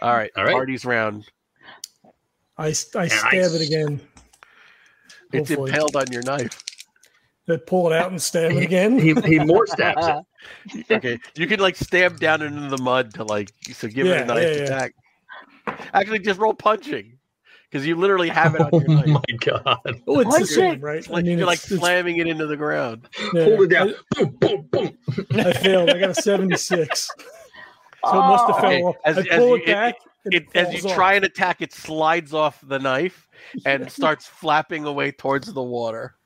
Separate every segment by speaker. Speaker 1: All right.
Speaker 2: All right.
Speaker 1: Party's round.
Speaker 3: I, I stab
Speaker 2: Nice.
Speaker 3: it again.
Speaker 1: It's
Speaker 3: Hopefully.
Speaker 1: impaled on your knife.
Speaker 3: I pull it out and stab it again.
Speaker 2: He, he more stabs it.
Speaker 1: Okay. You can like stab down into the mud to like so give it
Speaker 3: Yeah,
Speaker 1: a knife
Speaker 3: yeah, yeah.
Speaker 1: attack. Actually, just roll punching. Because you literally have it on your
Speaker 2: Oh
Speaker 1: knife.
Speaker 2: my god!
Speaker 3: Oh, it's
Speaker 4: Punch
Speaker 3: the same,
Speaker 4: it.
Speaker 3: right?
Speaker 1: It's Like, you're like slamming it into the ground.
Speaker 3: yeah.
Speaker 2: Hold it down. Boom, boom, boom.
Speaker 3: I, I failed. I got a 76. So it must have
Speaker 4: Oh.
Speaker 3: fell
Speaker 1: Okay,
Speaker 3: off.
Speaker 1: as-
Speaker 3: I
Speaker 1: as you-
Speaker 3: pull it
Speaker 1: it-
Speaker 3: back. and
Speaker 1: It, as you
Speaker 3: falls off.
Speaker 1: try and attack, it slides off the knife and starts flapping away towards the water.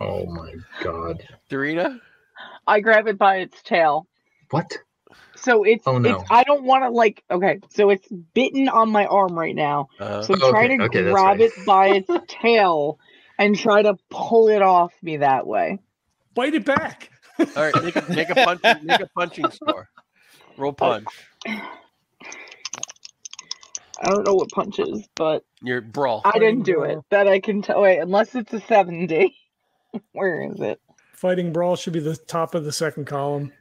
Speaker 2: Oh my god!
Speaker 1: Dorina?
Speaker 4: I grab it by its tail.
Speaker 2: What?
Speaker 4: So it's,
Speaker 2: Oh, no.
Speaker 4: it's I don't want to like okay, so it's bitten on my arm right now.
Speaker 1: Uh,
Speaker 4: So
Speaker 2: Okay,
Speaker 4: try to
Speaker 2: okay, that's
Speaker 4: grab
Speaker 2: right.
Speaker 4: it by its tail and try to pull it off me that way.
Speaker 3: Bite it back.
Speaker 1: all right, make a, make a punching make a punching score. Roll punch.
Speaker 4: I don't know what punches, but
Speaker 1: Your brawl.
Speaker 4: I didn't do it. That I can tell. Wait, unless it's a 70. Where is it?
Speaker 3: Fighting Brawl should be the top of the second column.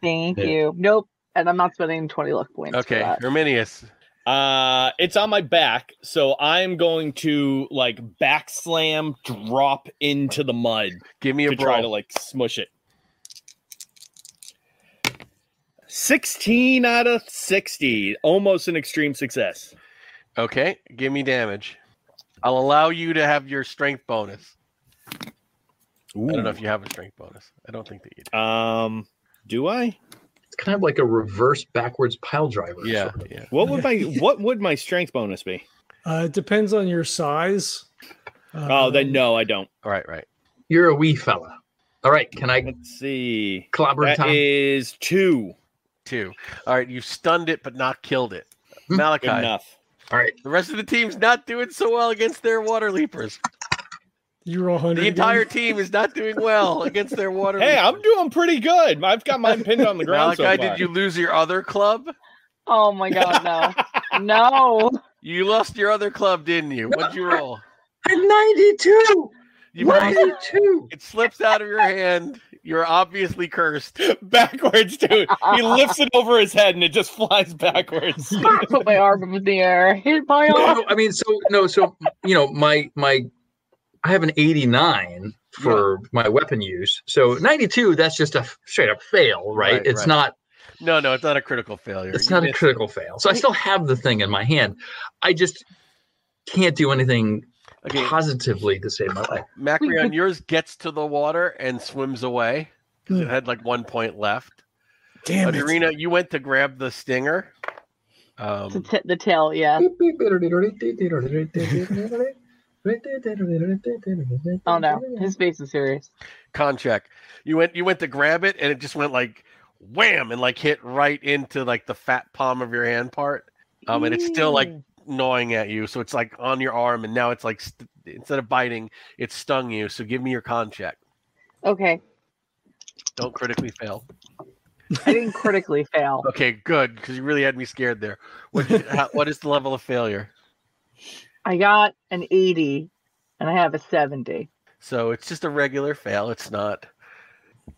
Speaker 4: Thank
Speaker 2: Yeah.
Speaker 4: you. Nope. And I'm not spending 20 luck points. Okay.
Speaker 1: Okay, Herminius.
Speaker 5: Uh, it's on my back, so I'm going to like back slam, drop into the mud
Speaker 1: Give me a
Speaker 5: to try to
Speaker 1: brawl.
Speaker 5: like smush it. Sixteen out of sixty, almost an extreme success.
Speaker 1: Okay, give me damage. I'll allow you to have your strength bonus. I don't know if you have a strength bonus. I don't think that you do.
Speaker 5: Um, do I?
Speaker 2: It's kind of like a reverse backwards pile driver.
Speaker 1: Yeah,
Speaker 2: sort of.
Speaker 1: yeah.
Speaker 5: What would my what would my strength bonus be?
Speaker 3: Uh, it depends on your size. Uh,
Speaker 5: Oh, then no, I don't.
Speaker 1: All right, right.
Speaker 2: You're a wee fella. All right, can I
Speaker 5: Let's see.
Speaker 2: clobber
Speaker 5: That
Speaker 2: Tom?
Speaker 5: is two.
Speaker 1: Two. All right, you've stunned it but not killed it.
Speaker 2: Hmm.
Speaker 1: Malachi.
Speaker 5: Good enough.
Speaker 2: All right,
Speaker 1: The rest of the team's not doing so well against their water leapers.
Speaker 3: You roll 100.
Speaker 1: The entire
Speaker 3: again?
Speaker 1: team is not doing well against their water
Speaker 5: Hey,
Speaker 1: leapers.
Speaker 5: I'm doing pretty good. I've got mine pinned on the ground. so
Speaker 1: Malachi,
Speaker 5: far.
Speaker 1: did you lose your other club?
Speaker 4: Oh my God. No. no.
Speaker 1: You lost your other club, didn't you? What'd you roll?
Speaker 2: I'm 92.
Speaker 1: You lost-
Speaker 2: 92.
Speaker 1: It slips out of your hand. You're obviously cursed.
Speaker 5: backwards, dude. He lifts it over his head and it just flies backwards.
Speaker 4: I put my arm up in the air. Hit my
Speaker 2: No,
Speaker 4: arm.
Speaker 2: no, I mean, so no, so you know, my my, I have an 89 for my weapon use. So 92, that's just a straight up fail, right?
Speaker 1: Right,
Speaker 2: it's
Speaker 1: right.
Speaker 2: not
Speaker 1: No, no, it's not a critical failure.
Speaker 2: it's
Speaker 1: You
Speaker 2: not a
Speaker 1: missed
Speaker 2: critical fail. So I still have the thing in my hand. I just can't do anything
Speaker 1: it. Okay,
Speaker 2: positively to save my life.
Speaker 1: Macrion, yours gets to the water and swims away because it had like one point left.
Speaker 3: Hmm. Damn it.
Speaker 1: Adrena, you went to grab the stinger.
Speaker 4: The,
Speaker 1: Um,
Speaker 4: t- the tail. Yeah. Oh no. His face is serious.
Speaker 1: contract. You went you went to grab it and it just went like wham and like hit right into like the fat palm of your hand part. Um, and it's still like
Speaker 4: Ew.
Speaker 1: gnawing at you, so it's like on your arm, and now it's like st- instead of biting, it stung you. So give me your con check.
Speaker 4: Okay.
Speaker 1: Don't critically fail.
Speaker 4: I didn't critically fail.
Speaker 1: Okay, good because you really had me scared there. What, how, what is the level of failure?
Speaker 4: I got an 80 and I have a 70.
Speaker 1: So it's just a regular fail. It's not.
Speaker 4: Good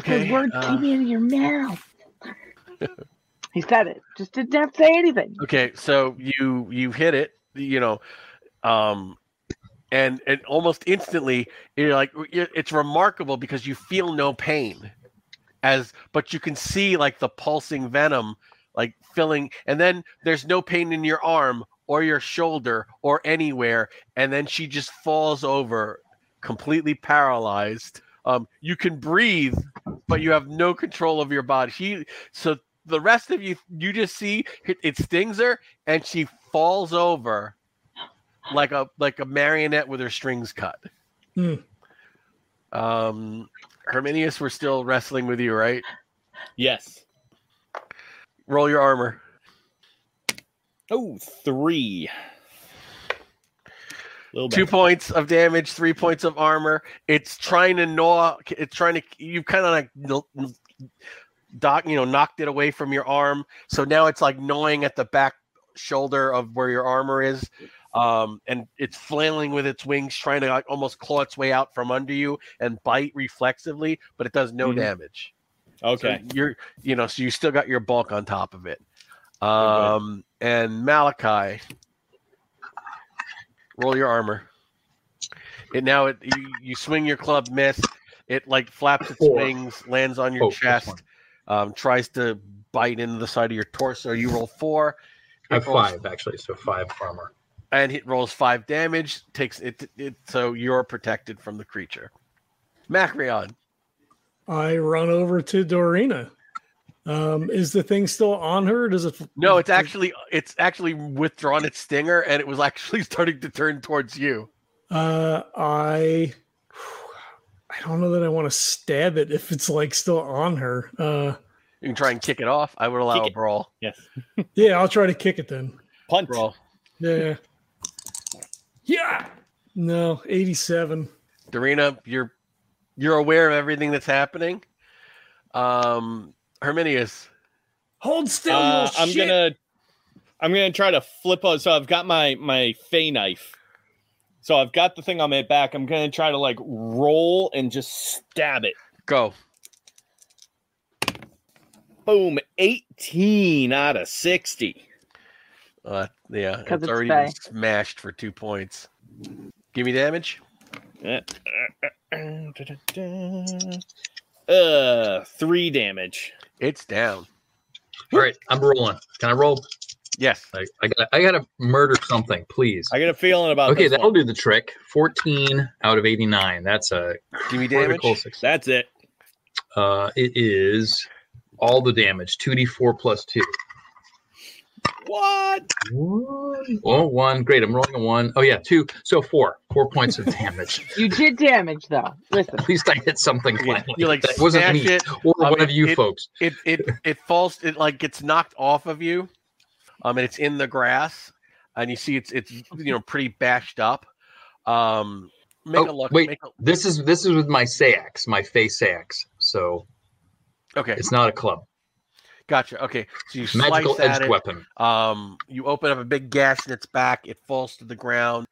Speaker 1: Okay.
Speaker 4: word
Speaker 1: uh,
Speaker 4: came out of your mouth. he said it. Just didn't have to say anything.
Speaker 1: okay, so you you hit it, you know, um, and and almost instantly you're like it- it's remarkable because you feel no pain, as but you can see like the pulsing venom like filling, and then there's no pain in your arm or your shoulder or anywhere, and then she just falls over, completely paralyzed. Um, you can breathe, but you have no control of your body. She so the rest of you you just see it, it stings her and she falls over like a like a marionette with her strings cut
Speaker 3: Hmm.
Speaker 1: um herminius we're still wrestling with you right
Speaker 5: yes.
Speaker 1: roll your armor
Speaker 5: Oh, three. Little
Speaker 1: two
Speaker 5: bit.
Speaker 1: points of damage three points of armor it's trying to gnaw it's trying to you kind of like kn- kn- doc you know knocked it away from your arm so now it's like gnawing at the back shoulder of where your armor is um and it's flailing with its wings trying to like almost claw its way out from under you and bite reflexively but it does no
Speaker 5: Mhm.
Speaker 1: damage
Speaker 5: Okay.
Speaker 1: so you're you know so you still got your bulk on top of it Um, and Malachi, roll your armor. It now it you, you swing your club, miss. It like flaps its
Speaker 2: Four.
Speaker 1: wings, lands on your
Speaker 2: Oh, this
Speaker 1: chest,
Speaker 2: one.
Speaker 1: um, tries to bite into the side of your torso. You roll four.
Speaker 2: I have
Speaker 1: It rolls-
Speaker 2: five actually, so five armor.
Speaker 1: and it rolls five damage. Takes it, it so you're protected from the creature. Macrion,
Speaker 3: I run over to Dorina. Um, is the thing still on her? Does it?
Speaker 1: no, it's actually it's actually withdrawn its stinger, and it was actually starting to turn towards you.
Speaker 3: Uh, I. I don't know that I want to stab it if it's like still on her. Uh,
Speaker 1: You can try and kick it off. I would allow
Speaker 5: Kick
Speaker 1: a
Speaker 5: it.
Speaker 1: brawl.
Speaker 5: Yes.
Speaker 3: yeah, I'll try to kick it then.
Speaker 5: Punt.
Speaker 1: Brawl.
Speaker 3: Yeah. Yeah. No, 87.
Speaker 1: Darina, you're you're aware of everything that's happening. Um, Herminius,
Speaker 3: Hold still.
Speaker 5: Uh,
Speaker 3: little
Speaker 5: I'm
Speaker 3: shit.
Speaker 5: gonna I'm gonna try to flip out. So I've got my my fey knife. So I've got the thing on my back. I'm gonna try to like roll and just stab it.
Speaker 1: go.
Speaker 5: Boom, 18 out of 60.
Speaker 1: Uh, yeah,
Speaker 4: 'Cause
Speaker 1: it's
Speaker 4: it's
Speaker 1: already been
Speaker 4: Fey.
Speaker 1: smashed for two points. Give me damage.
Speaker 5: Uh, three damage.
Speaker 1: It's down.
Speaker 2: All right, I'm rolling. Can I roll?
Speaker 1: Yes.
Speaker 2: I, I got I gotta murder something, please.
Speaker 5: I got a feeling about
Speaker 2: okay,
Speaker 5: this
Speaker 2: that'll
Speaker 5: one.
Speaker 2: do the trick. 14 out of 89. That's a
Speaker 1: Give me damage.
Speaker 2: critical success.
Speaker 5: That's it.
Speaker 2: Uh, it is all the damage 2d4 plus 2.
Speaker 5: What?
Speaker 2: One. Oh, one. Great. I'm rolling a one. Oh, yeah, two. So four. Four points of damage.
Speaker 4: You did damage though. Listen,
Speaker 2: At least I hit something.
Speaker 1: Yeah,
Speaker 2: finally.
Speaker 1: you, like,
Speaker 2: that wasn't
Speaker 1: smash
Speaker 2: me
Speaker 1: it.
Speaker 2: or
Speaker 1: I
Speaker 2: one
Speaker 1: mean,
Speaker 2: of you
Speaker 1: it-
Speaker 2: folks.
Speaker 1: it it it falls it like gets knocked off of you um and it's in the grass and you see it's it's you know pretty bashed up um make
Speaker 2: Oh,
Speaker 1: a look
Speaker 2: wait.
Speaker 1: make a-
Speaker 2: This is this is with my sax, my face sax. So
Speaker 1: okay
Speaker 2: it's not a club.
Speaker 1: gotcha okay so you
Speaker 2: Magical
Speaker 1: slice at
Speaker 2: edged
Speaker 1: it
Speaker 2: weapon.
Speaker 1: um you open up a big gash in its back it falls to the ground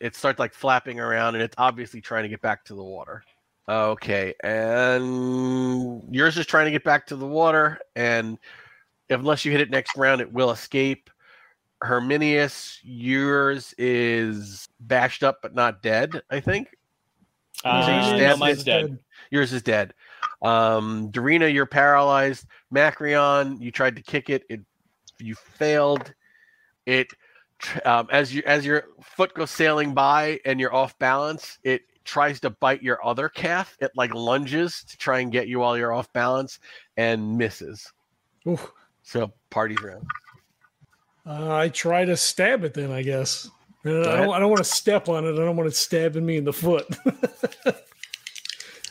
Speaker 1: it starts like flapping around and it's obviously trying to get back to the water okay and yours is trying to get back to the water and unless you hit it next round it will escape herminius yours is bashed up but not dead i think
Speaker 5: Uh,
Speaker 1: stabbed
Speaker 5: no,
Speaker 1: it.
Speaker 5: mine's dead.
Speaker 1: yours is dead um Darina, you're paralyzed macrion you tried to kick it it you failed it tr- um, as you as your foot goes sailing by and you're off balance it tries to bite your other calf it like lunges to try and get you while you're off balance and misses
Speaker 3: Oof.
Speaker 1: so party's round
Speaker 3: Uh, I try to stab it then, I guess. Uh, I
Speaker 1: ahead.
Speaker 3: don't, I don't want to step on it. I don't want it stabbing me in the foot.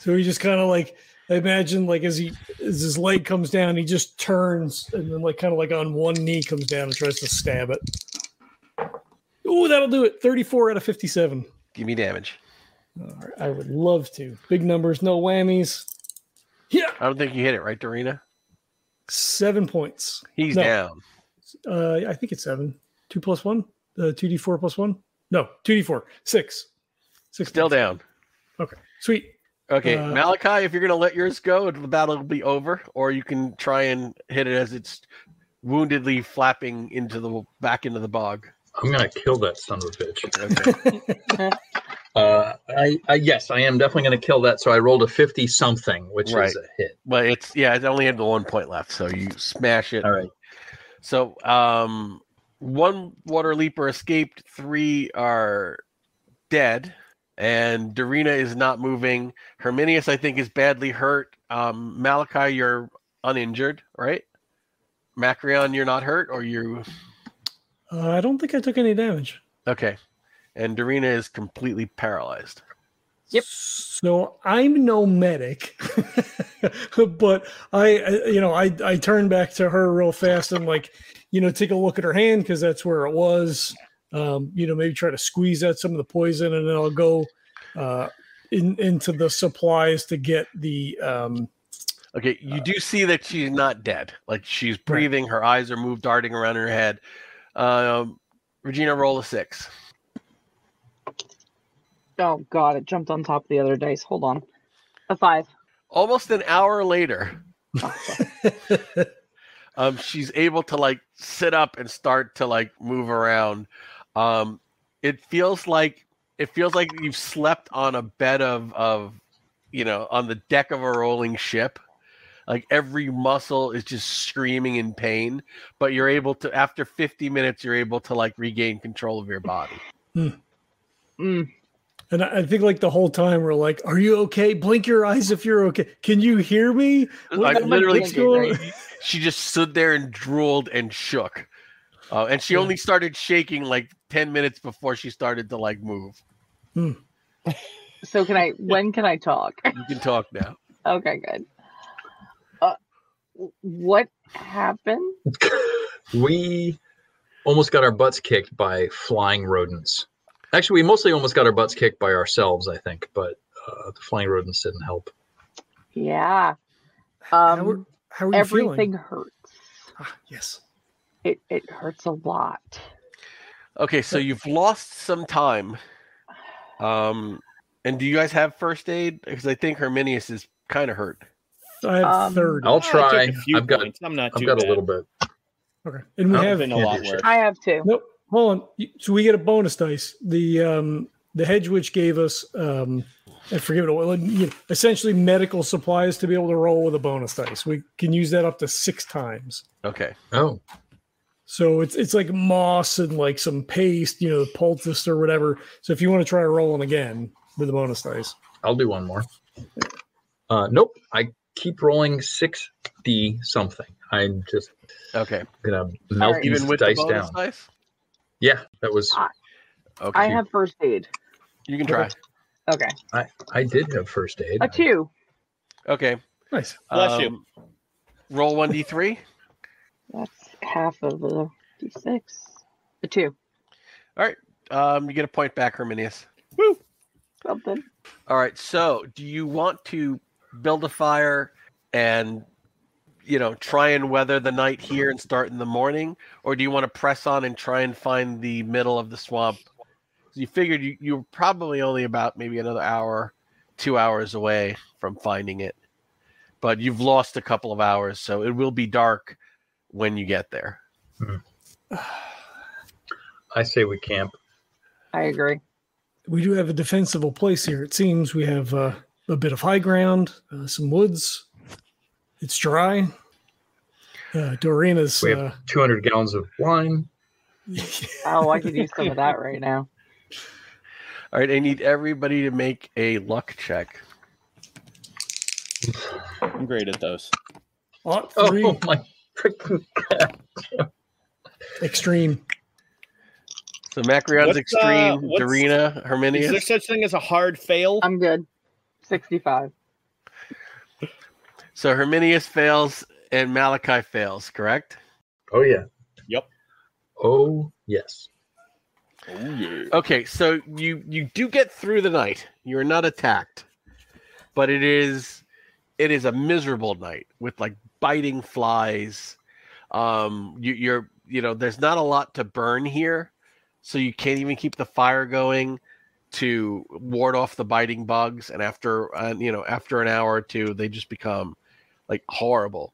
Speaker 3: so he just kind of like, I imagine like as he as his leg comes down, he just turns and then like kind of like on one knee comes down and tries to stab it. Ooh, that'll do it. Thirty-four out of fifty-seven.
Speaker 1: give me damage
Speaker 3: All right, I would love to. Big numbers, no whammies. Yeah,
Speaker 1: i don't think you hit it right Darina?
Speaker 3: seven points.
Speaker 1: he's
Speaker 3: No.
Speaker 1: down
Speaker 3: Uh, I think it's seven. Two plus one. Uh, two D four plus one. No, two D four. Six. Six.
Speaker 1: still
Speaker 3: points.
Speaker 1: down
Speaker 3: Sweet.
Speaker 1: okay
Speaker 3: Uh,
Speaker 1: malachi if you're gonna let yours go the battle will be over or you can try and hit it as it's woundedly flapping into the back into the bog
Speaker 2: I'm gonna kill that son of a bitch.
Speaker 1: okay.
Speaker 2: Uh, I, I yes, I am definitely gonna kill that. So I rolled a fifty something, which
Speaker 1: Right.
Speaker 2: is a hit.
Speaker 1: but it's yeah it only had the one point left so you smash it
Speaker 2: All right.
Speaker 1: So, um, one water leaper escaped, three are dead, and Darina is not moving. Herminius, I think, is badly hurt. Um, Malachi, you're uninjured, right? Macrion, you're not hurt, or you
Speaker 3: Uh, I don't think I took any damage.
Speaker 1: okay? And Darina is completely paralyzed.
Speaker 4: Yep.
Speaker 3: So I'm no medic, but I, I- you know, I I turn back to her real fast and like, you know, take a look at her hand because that's where it was. Um, you know, maybe try to squeeze out some of the poison, and then I'll go uh, in into the supplies to get the um,
Speaker 1: Okay, you do see that she's not dead. Like she's breathing, her eyes are moved, darting around in her head. Um, Regina, roll a six.
Speaker 4: oh god, it jumped on top of the other dice. Hold on. A five.
Speaker 1: Almost an hour later, Um, she's able to like sit up and start to like move around. Um, it feels like it feels like you've slept on a bed of of you know on the deck of a rolling ship. Like every muscle is just screaming in pain, but you're able to after 50 minutes you're able to like regain control of your body.
Speaker 4: Mm.
Speaker 3: And I I think like the whole time we're like, "Are you okay? Blink your eyes if you're okay. Can you hear me?"
Speaker 1: Like,
Speaker 3: the heck
Speaker 1: literally-
Speaker 3: is going-
Speaker 1: she just stood there and drooled and shook. Uh, and she
Speaker 3: Yeah.
Speaker 1: only started shaking like 10 minutes before she started to like move.
Speaker 4: So can I? When can I talk?
Speaker 1: You can talk now.
Speaker 4: Okay, good. Uh, what happened?
Speaker 2: we almost got our butts kicked by flying rodents. Actually, we mostly almost got our butts kicked by ourselves, I think, but uh, the flying rodents didn't help.
Speaker 4: Yeah.
Speaker 3: how, are,
Speaker 4: Um,
Speaker 3: how are you
Speaker 4: everything
Speaker 3: feeling?
Speaker 4: hurts.
Speaker 3: Ah, yes.
Speaker 4: It it hurts a lot.
Speaker 1: Okay, so you've lost some time. Um, and do you guys have first aid? Because I think Herminius is kind of hurt.
Speaker 3: I have
Speaker 4: Um,
Speaker 3: 30.
Speaker 2: I'll
Speaker 5: I took
Speaker 2: try.
Speaker 5: a few
Speaker 2: I've got
Speaker 5: points. I'm not
Speaker 2: I've
Speaker 5: too
Speaker 2: got a
Speaker 5: bad.
Speaker 2: little bit.
Speaker 3: Okay. And we
Speaker 2: I've
Speaker 5: I've
Speaker 3: have
Speaker 5: been a
Speaker 2: Yeah,
Speaker 5: lot
Speaker 2: sure.
Speaker 5: worse.
Speaker 4: I have two.
Speaker 3: Nope. Hold on. You- So we get a bonus dice. The um the hedge witch gave us um I forget what it was, you know, essentially medical supplies to be able to roll with a bonus dice. We can use that up to six times.
Speaker 1: Okay.
Speaker 2: Oh,
Speaker 3: So it's it's like moss and like some paste, you know, poultice or whatever. So if you want to try rolling again with the bonus dice,
Speaker 2: I'll do one more. Uh, nope, I keep rolling 60 something. I'm just
Speaker 1: Okay.
Speaker 2: going to melt
Speaker 4: right.
Speaker 2: these
Speaker 1: Even with
Speaker 2: dice
Speaker 1: the bonus
Speaker 2: down.
Speaker 1: dice?
Speaker 2: Yeah, that was.
Speaker 1: Okay.
Speaker 4: I have first aid.
Speaker 1: you can try.
Speaker 4: Okay,
Speaker 2: I, I did have first aid.
Speaker 4: a two.
Speaker 1: Okay.
Speaker 3: nice.
Speaker 5: Bless you.
Speaker 1: you. Roll 1d3.
Speaker 4: That's half of a d6. A two.
Speaker 1: Um, you get a point back, Herminius.
Speaker 4: Something.
Speaker 1: All right. So, do you want to build a fire and you know try and weather the night here and start in the morning, or do you want to press on and try and find the middle of the swamp? You figured you, you were probably only about maybe another hour, two hours away from finding it, but you've lost a couple of hours, so it will be dark when you get there.
Speaker 2: I say we camp.
Speaker 4: I agree.
Speaker 3: We do have a defensible place here. It seems we have uh, a bit of high ground, uh, some woods. It's dry. Uh, Dorina's
Speaker 2: We have-
Speaker 3: uh,
Speaker 2: 200 gallons of wine.
Speaker 4: Oh, I could use some of that right now.
Speaker 1: All right, I need everybody to make a luck check.
Speaker 5: I'm great at those.
Speaker 3: Ought
Speaker 2: Oh,
Speaker 3: three
Speaker 2: my freaking
Speaker 3: extreme.
Speaker 1: So Macrion's
Speaker 5: What's, uh,
Speaker 1: extreme,
Speaker 5: what's-
Speaker 1: Dorina, Herminius.
Speaker 5: Is there such thing as a hard fail?
Speaker 4: I'm good. 65.
Speaker 1: So Herminius fails and Malachi fails, correct?
Speaker 2: Oh yeah.
Speaker 5: Yep.
Speaker 2: Oh yes.
Speaker 5: Oh, yeah.
Speaker 1: Okay, so you you do get through the night. You're not attacked. But it is it is a miserable night with like biting flies. Um you you're you know, there's not a lot to burn here, so you can't even keep the fire going to ward off the biting bugs and after uh, you know, after an hour or two, they just become like horrible.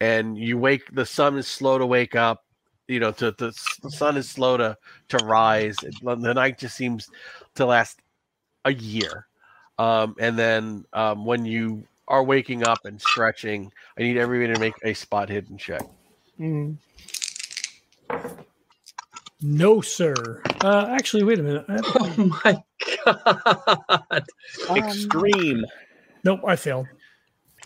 Speaker 1: And you wake the sun is slow to wake up, you know, to, to the sun is slow to to rise. It- The night just seems to last a year. Um, and then um, when you are waking up and stretching, I need everybody to make a spot hidden check.
Speaker 4: Mm.
Speaker 3: No, sir. Uh, actually, wait a minute. I,
Speaker 2: Oh my god.
Speaker 4: Um,
Speaker 5: Extreme.
Speaker 3: nope, I failed.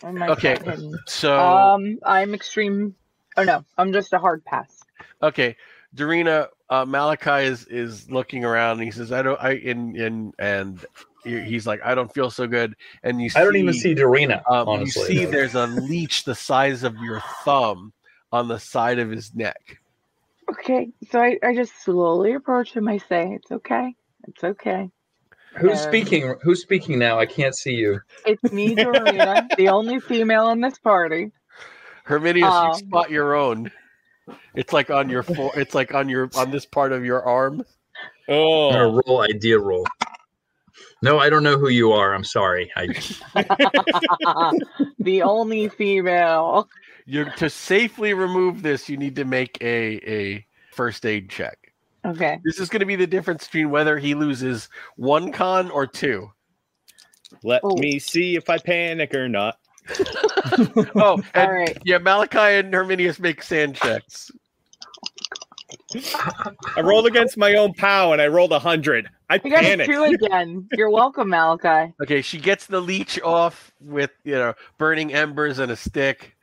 Speaker 4: where Um, am I
Speaker 1: Okay.
Speaker 4: hidden?
Speaker 1: So,
Speaker 2: Uh,
Speaker 4: Um, I'm extreme. Oh no, I'm just a hard pass.
Speaker 1: okay, Dorina, uh, Malachi is is looking around and he says, "I don't." I in in and he- he's like, "I don't feel so good." And you,
Speaker 2: I don't even see Dorina,
Speaker 1: Um,
Speaker 2: honestly.
Speaker 1: you see, there's a leech the size of your thumb on the side of his neck.
Speaker 4: Okay, so I, I just slowly approach him. I say, "It's okay. It's okay.
Speaker 2: Who's
Speaker 1: uh,
Speaker 4: um,
Speaker 2: speaking? Who's speaking now? I can't see you.
Speaker 4: It's me, Dorina, the only female in this party."
Speaker 1: Herminius,
Speaker 4: Um,
Speaker 1: you spot your own. It's like on your fore, it's like on your on this part of your arm.
Speaker 2: I'm
Speaker 5: Oh,
Speaker 2: gonna roll idea roll. No, I don't know who you are. I'm sorry. I
Speaker 4: the only female.
Speaker 1: You're to safely remove this, you need to make a a first aid check.
Speaker 4: Okay.
Speaker 1: This is going to be the difference between whether he loses one con or two.
Speaker 5: Let
Speaker 4: Oh.
Speaker 5: me see if I panic or not.
Speaker 1: Oh,
Speaker 4: All
Speaker 1: and
Speaker 4: right.
Speaker 1: yeah, Malachi and Herminius make sand checks.
Speaker 5: I rolled against my own POW and I rolled a hundred. I
Speaker 4: I got a
Speaker 5: panicked.
Speaker 4: two again. You're welcome, Malachi.
Speaker 1: Okay, she gets the leech off with you know burning embers and a stick.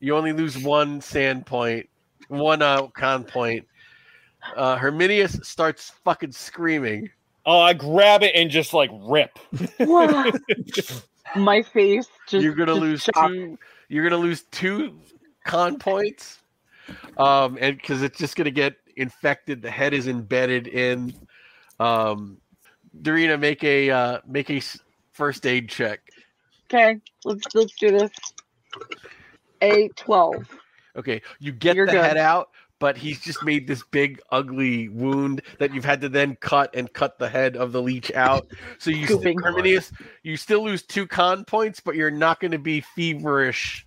Speaker 1: You only lose one sand point, one uh, con point. Uh, Herminius starts fucking screaming.
Speaker 5: Oh, I grab it and just like rip.
Speaker 4: Wow. My face just
Speaker 1: you're gonna
Speaker 4: just
Speaker 1: lose
Speaker 4: shocked.
Speaker 1: two. You're gonna lose two con points, um, and because it's just gonna get infected. The head is embedded in. Um, Darina, make a uh, make a s- first aid check.
Speaker 4: Okay, let's let's do this. A twelve.
Speaker 1: Okay, you get
Speaker 4: You're
Speaker 1: the
Speaker 4: good.
Speaker 1: head out, but he's just made this big, ugly wound that you've had to then cut and cut the head of the leech out. So you, still,
Speaker 4: Scooping.
Speaker 1: Herminius, you still lose two con points, but you're not going to be feverish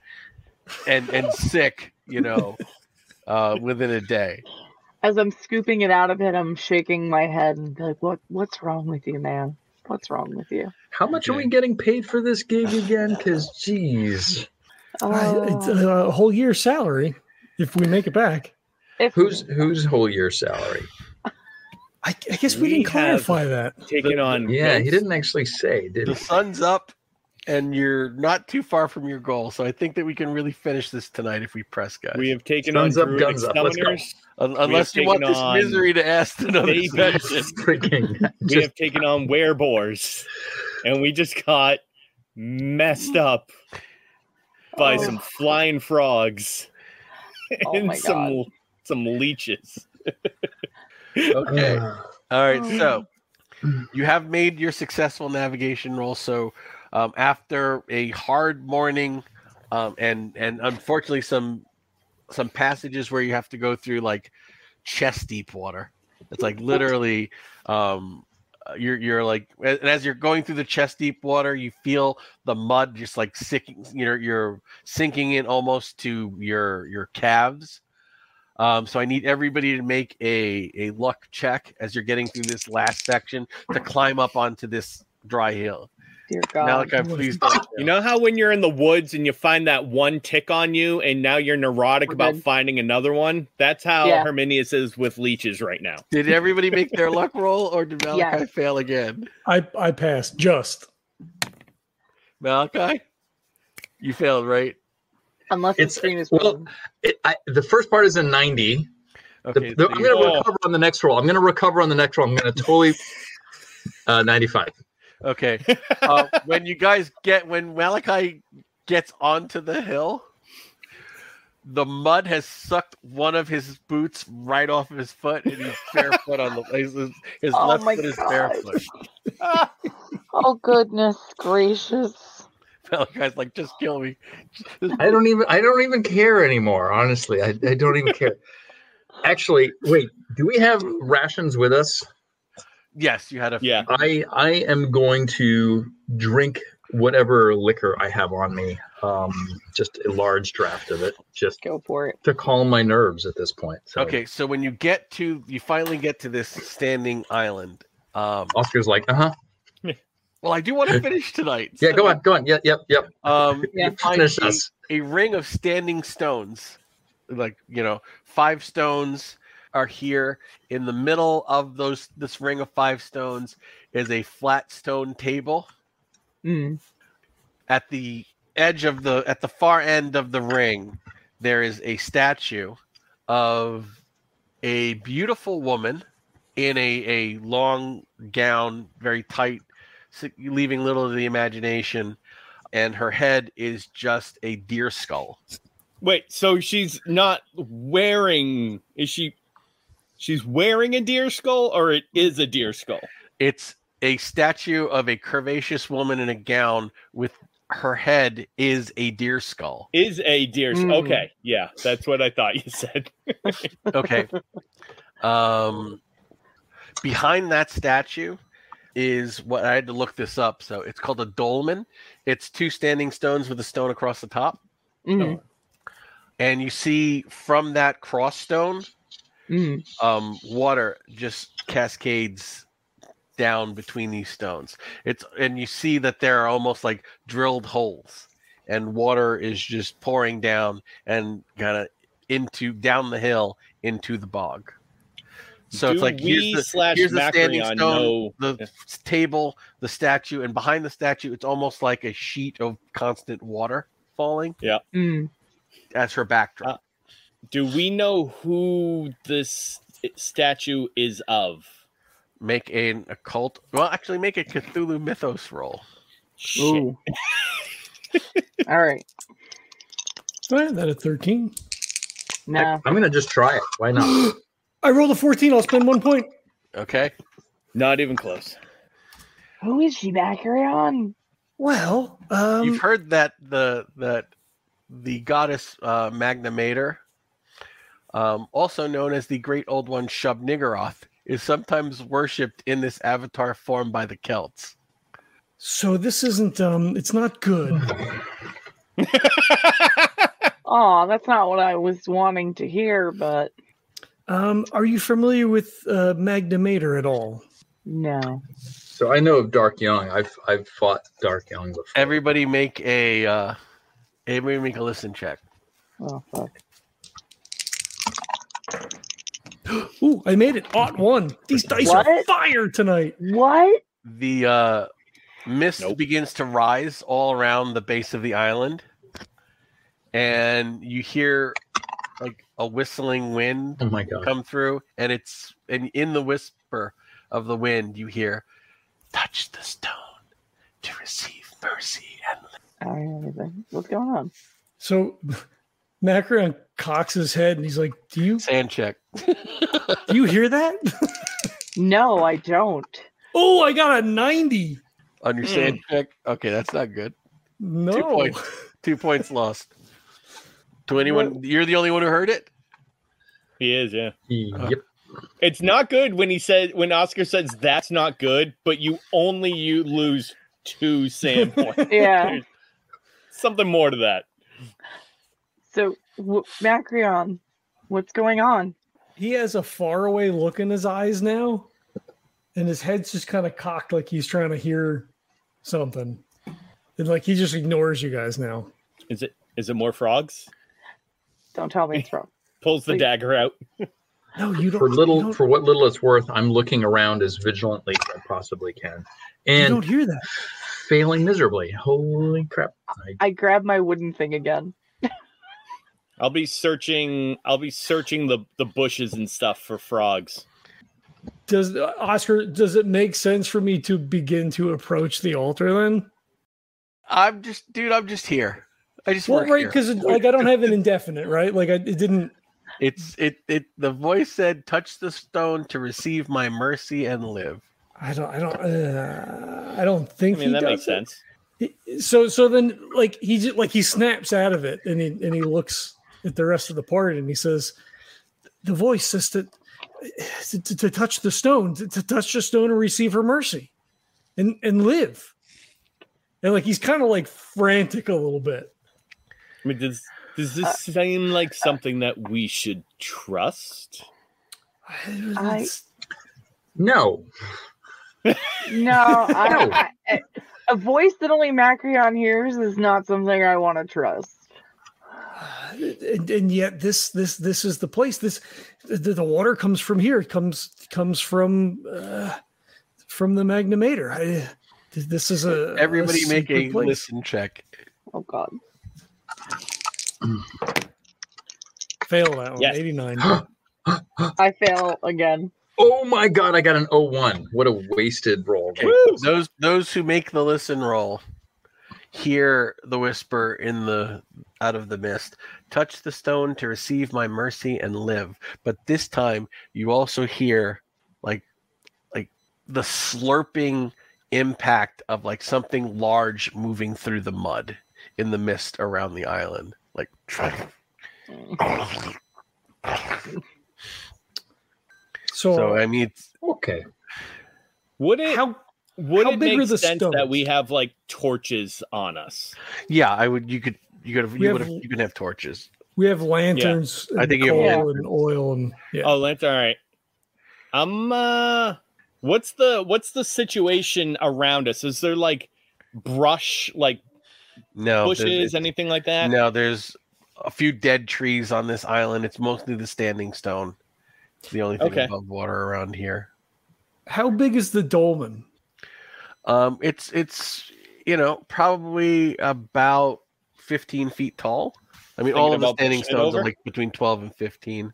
Speaker 1: and and sick, you know, uh, within a day.
Speaker 4: As I'm scooping it out of it, I'm shaking my head and be like, "What? What's wrong with you, man? What's wrong with you?"
Speaker 2: How much are we getting paid for this gig again? Because, geez,
Speaker 3: I-
Speaker 2: uh,
Speaker 3: it's uh,
Speaker 4: Oh,
Speaker 3: a whole year's salary if we make it back.
Speaker 4: if,
Speaker 2: who's whose whole year salary?
Speaker 3: I, I guess we,
Speaker 5: We
Speaker 3: didn't
Speaker 5: have-
Speaker 3: clarify that.
Speaker 5: Taking on.
Speaker 2: Yeah, he
Speaker 5: ghosts.
Speaker 2: didn't actually say, did
Speaker 1: The
Speaker 2: he?
Speaker 1: sun's up, and you're not too far from your goal. So I think that we can really finish this tonight if we press, guys.
Speaker 5: We have taken
Speaker 2: Guns
Speaker 5: on
Speaker 2: up,
Speaker 5: druidic
Speaker 2: guns up, let's go.
Speaker 5: summoners.
Speaker 1: Un- unless you want
Speaker 5: taken
Speaker 1: this
Speaker 5: on
Speaker 1: misery to ask another
Speaker 5: babies.
Speaker 1: session.
Speaker 2: Freaking
Speaker 5: we
Speaker 2: just
Speaker 5: have taken on werebores, and we just got messed up by
Speaker 4: Oh.
Speaker 5: some flying frogs
Speaker 4: Oh
Speaker 5: and
Speaker 4: my
Speaker 5: some some leeches.
Speaker 1: Okay.
Speaker 2: uh,
Speaker 1: All right,
Speaker 4: Oh.
Speaker 1: so you have made your successful navigation roll. So, um, after a hard morning, um, and and unfortunately some some passages where you have to go through like chest deep water. It's like literally, um, uh, you're you're like, and as you're going through the chest deep water, you feel the mud just like sinking. You're you're sinking in almost to your your calves. Um, so I need everybody to make a a luck check as you're getting through this last section to climb up onto this dry hill.
Speaker 4: dear God.
Speaker 1: Malachi, please don't.
Speaker 5: You know how when you're in the woods and you find that one tick on you, and now you're neurotic
Speaker 4: We're
Speaker 5: about
Speaker 4: good.
Speaker 5: finding another one. That's how
Speaker 4: Yeah.
Speaker 5: Herminius is with leeches right now.
Speaker 1: Did everybody make their luck roll, or did Malachi
Speaker 4: Yes.
Speaker 1: fail again?
Speaker 3: I, I passed just.
Speaker 1: Malachi, you failed, right?
Speaker 4: Unless the
Speaker 2: It's-
Speaker 4: screen is
Speaker 2: well,
Speaker 4: broken.
Speaker 2: it, I, the first part is a ninety. The-
Speaker 1: Okay,
Speaker 2: the-
Speaker 1: so
Speaker 2: I'm
Speaker 1: you-
Speaker 2: going to
Speaker 5: Oh.
Speaker 2: recover on the next roll. I'm going to recover on the next roll. I'm going to totally uh, ninety-five.
Speaker 1: okay. Uh, when you guys get when Malachi gets onto the hill, the mud has sucked one of his boots right off of his foot, and he's barefoot on the his, his his
Speaker 4: Oh
Speaker 1: left
Speaker 4: my
Speaker 1: foot is
Speaker 4: God.
Speaker 1: barefoot.
Speaker 4: Oh goodness gracious!
Speaker 1: Malachi's like, just kill me.
Speaker 2: I don't even I don't even care anymore. Honestly, I, I don't even care. Actually, wait. Do we have rations with us?
Speaker 1: Yes, you had a
Speaker 5: Yeah,
Speaker 2: I I am going to drink whatever liquor I have on me. Um, just a large draft of it, just
Speaker 4: Go for it.
Speaker 2: to calm my nerves at this point. So
Speaker 1: Okay, so when you get to you finally get to this standing island. Um
Speaker 2: Oscar's like, uh huh.
Speaker 1: well I do want to finish tonight.
Speaker 2: Yeah, go on, go on. Yeah, yep, yep.
Speaker 1: Um
Speaker 4: Yeah.
Speaker 1: you find
Speaker 2: Finish
Speaker 1: a-
Speaker 2: us.
Speaker 1: a ring of standing stones. Like, you know, five stones are here. In the middle of those this ring of five stones is a flat stone table.
Speaker 4: Mm.
Speaker 1: at the edge of the at the far end of the ring there is a statue of a beautiful woman in a a long gown very tight si- leaving little to the imagination and her head is just a deer skull
Speaker 5: Wait, so she's not wearing is she she's wearing a deer skull or it is a deer skull?
Speaker 1: it's a statue of a curvaceous woman in a gown with her head is a deer skull
Speaker 5: Is a deer
Speaker 3: Hmm.
Speaker 5: skull.
Speaker 4: Mm.
Speaker 5: Okay, yeah, that's what I thought you said.
Speaker 1: okay. Um, behind that statue is what I had to look this up. So it's called a dolmen. It's two standing stones with a stone across the top.
Speaker 4: Mm.
Speaker 1: and you see from that cross stone,
Speaker 4: Mm.
Speaker 1: um, water just cascades down between these stones. It's and you see that there are almost like drilled holes, and water is just pouring down and kind of into down the hill into the bog. So
Speaker 5: Do
Speaker 1: it's like
Speaker 5: we
Speaker 1: here's the,
Speaker 5: slash
Speaker 1: here's the
Speaker 5: Macri
Speaker 1: standing
Speaker 5: on
Speaker 1: stone,
Speaker 5: no-
Speaker 1: the s- table, the statue, and behind the statue, it's almost like a sheet of constant water falling
Speaker 4: Mm.
Speaker 1: as her
Speaker 5: Uh.
Speaker 1: backdrop.
Speaker 5: Do we know who this statue is of?
Speaker 1: make an occult. Well, actually, make a Cthulhu Mythos roll.
Speaker 5: Shit.
Speaker 4: Ooh. All right.
Speaker 3: I had that at 13.
Speaker 4: No.
Speaker 2: I'm gonna just try it. Why not?
Speaker 3: I rolled a 14. I'll spend one point.
Speaker 1: Okay.
Speaker 5: Not even close.
Speaker 4: Who is she, Macarion?
Speaker 3: Well, um,
Speaker 1: You've heard that the that the goddess uh, Magna Mater, um, also known as the Great Old One Shub Niggeroth, is sometimes worshipped in this avatar form by the Celts.
Speaker 3: so this isn't, um, it's not good.
Speaker 4: Oh, that's not what I was wanting to hear, but
Speaker 3: Um, are you familiar with uh, Magna Mater at all?
Speaker 4: no.
Speaker 2: So I know of Dark Young. I've I've fought Dark Young before.
Speaker 1: Everybody make a uh, everybody make a listen check.
Speaker 4: Oh, fuck.
Speaker 3: Ooh, I made it. Ought one. These dice are
Speaker 4: What?
Speaker 3: fire tonight.
Speaker 4: What?
Speaker 1: The uh, mist
Speaker 5: Nope.
Speaker 1: begins to rise all around the base of the island, and you hear like a whistling wind
Speaker 2: Oh my god.
Speaker 1: come through and it's and in the whisper of the wind you hear touch the stone to receive mercy and
Speaker 4: I don't hear anything. What's going on?
Speaker 3: So Macaron cocks his head and he's like, "Do you
Speaker 1: sand check
Speaker 3: do you hear that?
Speaker 4: No, I don't.
Speaker 3: oh, I got a ninety.
Speaker 1: on your sand check okay that's not good
Speaker 3: No,
Speaker 1: Two points. two points lost to anyone you're the only one who heard it
Speaker 5: He is, yeah.
Speaker 2: Yep.
Speaker 5: It's not good when he says when Oscar says that's not good, but you only you lose two sand points.
Speaker 4: Yeah.
Speaker 5: Something more to that.
Speaker 4: So, w- Macreon, what's going on?
Speaker 3: he has a faraway look in his eyes now, and his head's just kind of cocked, like he's trying to hear something, and like he just ignores you guys now.
Speaker 5: Is it is it more frogs?
Speaker 4: Don't tell me it's wrong.
Speaker 5: Pulls the
Speaker 4: Wait.
Speaker 5: dagger out.
Speaker 3: No, you don't.
Speaker 2: For
Speaker 3: you
Speaker 2: little
Speaker 3: don't,
Speaker 2: for what little it's worth, I'm looking around as vigilantly as I possibly can.
Speaker 3: you
Speaker 2: And
Speaker 3: don't hear that.
Speaker 2: failing miserably. Holy crap. I,
Speaker 4: I grab my wooden thing again.
Speaker 5: I'll be searching I'll be searching the, the bushes and stuff for frogs.
Speaker 3: Does uh, Oscar? Does it make sense for me to begin to approach the altar then?
Speaker 1: i'm just dude i'm just here i just
Speaker 3: Well,
Speaker 1: work
Speaker 3: right,
Speaker 1: here.
Speaker 3: because like I don't have an indefinite, right? Like I it didn't.
Speaker 1: it's it it the voice said touch the stone to receive my mercy and live
Speaker 3: I don't. I don't. Uh, I don't
Speaker 5: I
Speaker 3: think.
Speaker 5: mean
Speaker 3: he
Speaker 5: that
Speaker 3: does
Speaker 5: makes
Speaker 3: it.
Speaker 5: sense.
Speaker 3: He- So so then like he just like he snaps out of it and he and he looks at the rest of the party and he says, "The voice says that to, to, to touch the stone, to, to touch the stone and receive her mercy, and and live." And like he's kind of like frantic a little bit.
Speaker 5: I mean, does does
Speaker 3: Uh,
Speaker 5: this seem like something that we should trust?
Speaker 4: I-
Speaker 2: no.
Speaker 4: No, I, I, a voice that only Macreon hears is not something I want to trust.
Speaker 3: and, and yet this this this is the place this the, the water comes from here it comes comes from uh, from the magna mater I, this is a
Speaker 1: everybody make
Speaker 3: secret
Speaker 1: Uh, a
Speaker 3: place.
Speaker 1: listen check
Speaker 4: Oh, God.
Speaker 3: fail that one
Speaker 5: Yes.
Speaker 3: 89
Speaker 4: I fail again.
Speaker 2: Oh my god, I got an 01. What a wasted roll.
Speaker 1: Okay, Those those who make the listen roll hear the whisper in the out of the mist. Touch the stone to receive my mercy and live. But this time you also hear like like the slurping impact of like something large moving through the mud in the mist around the island. Like
Speaker 3: so,
Speaker 1: so uh, I mean it's,
Speaker 2: Okay.
Speaker 5: Would it
Speaker 3: how
Speaker 5: would
Speaker 3: how
Speaker 5: it
Speaker 3: big
Speaker 5: make
Speaker 3: are the
Speaker 5: sense that
Speaker 3: stones?
Speaker 5: we have like torches on us?
Speaker 1: yeah, I would you could you could
Speaker 3: We
Speaker 1: you would
Speaker 3: have-
Speaker 1: you can have torches.
Speaker 3: We have lanterns.
Speaker 1: I
Speaker 3: and
Speaker 1: think you
Speaker 3: coal
Speaker 4: have
Speaker 3: and oil and yeah.
Speaker 5: Oh, that's all right. I'm uh what's the what's the situation around us? Is there like brush like
Speaker 1: No, there-
Speaker 5: bushes, anything like that?
Speaker 1: no, there's a few dead trees on this island. It's mostly the standing stone. It's the only thing
Speaker 5: Okay.
Speaker 1: above water around here.
Speaker 3: How big is the dolmen?
Speaker 1: Um, it's it's you know probably about fifteen feet tall. I mean,
Speaker 5: Thinking
Speaker 1: all of the
Speaker 5: about
Speaker 1: standing
Speaker 5: pushing it
Speaker 1: stones
Speaker 5: over?
Speaker 1: are like between twelve and fifteen.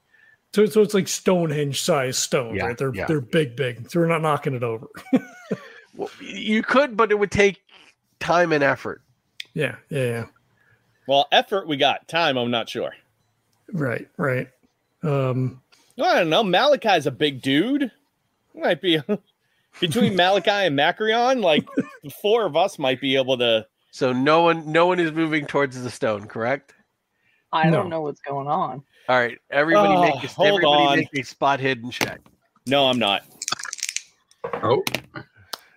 Speaker 3: So, so it's like Stonehenge size stones,
Speaker 1: Yeah,
Speaker 3: right? They're
Speaker 1: yeah.
Speaker 3: they're big, big. So we're not knocking it over.
Speaker 1: Well, you could, but it would take time and effort.
Speaker 3: Yeah, yeah, yeah.
Speaker 5: Well, effort we got. Time, I'm not sure.
Speaker 3: Right, right. Um,
Speaker 5: Well, I don't know. Malachi's a big dude. Might be between Malachi and Macrion, like the four of us might be able to
Speaker 1: So no one, no one is moving towards the stone. Correct.
Speaker 4: I don't
Speaker 3: No.
Speaker 4: know what's going on.
Speaker 1: All right. Everybody
Speaker 5: Oh,
Speaker 1: make a,
Speaker 5: hold
Speaker 1: everybody
Speaker 5: on.
Speaker 1: make a spot hidden check.
Speaker 5: No, I'm not.
Speaker 2: Oh,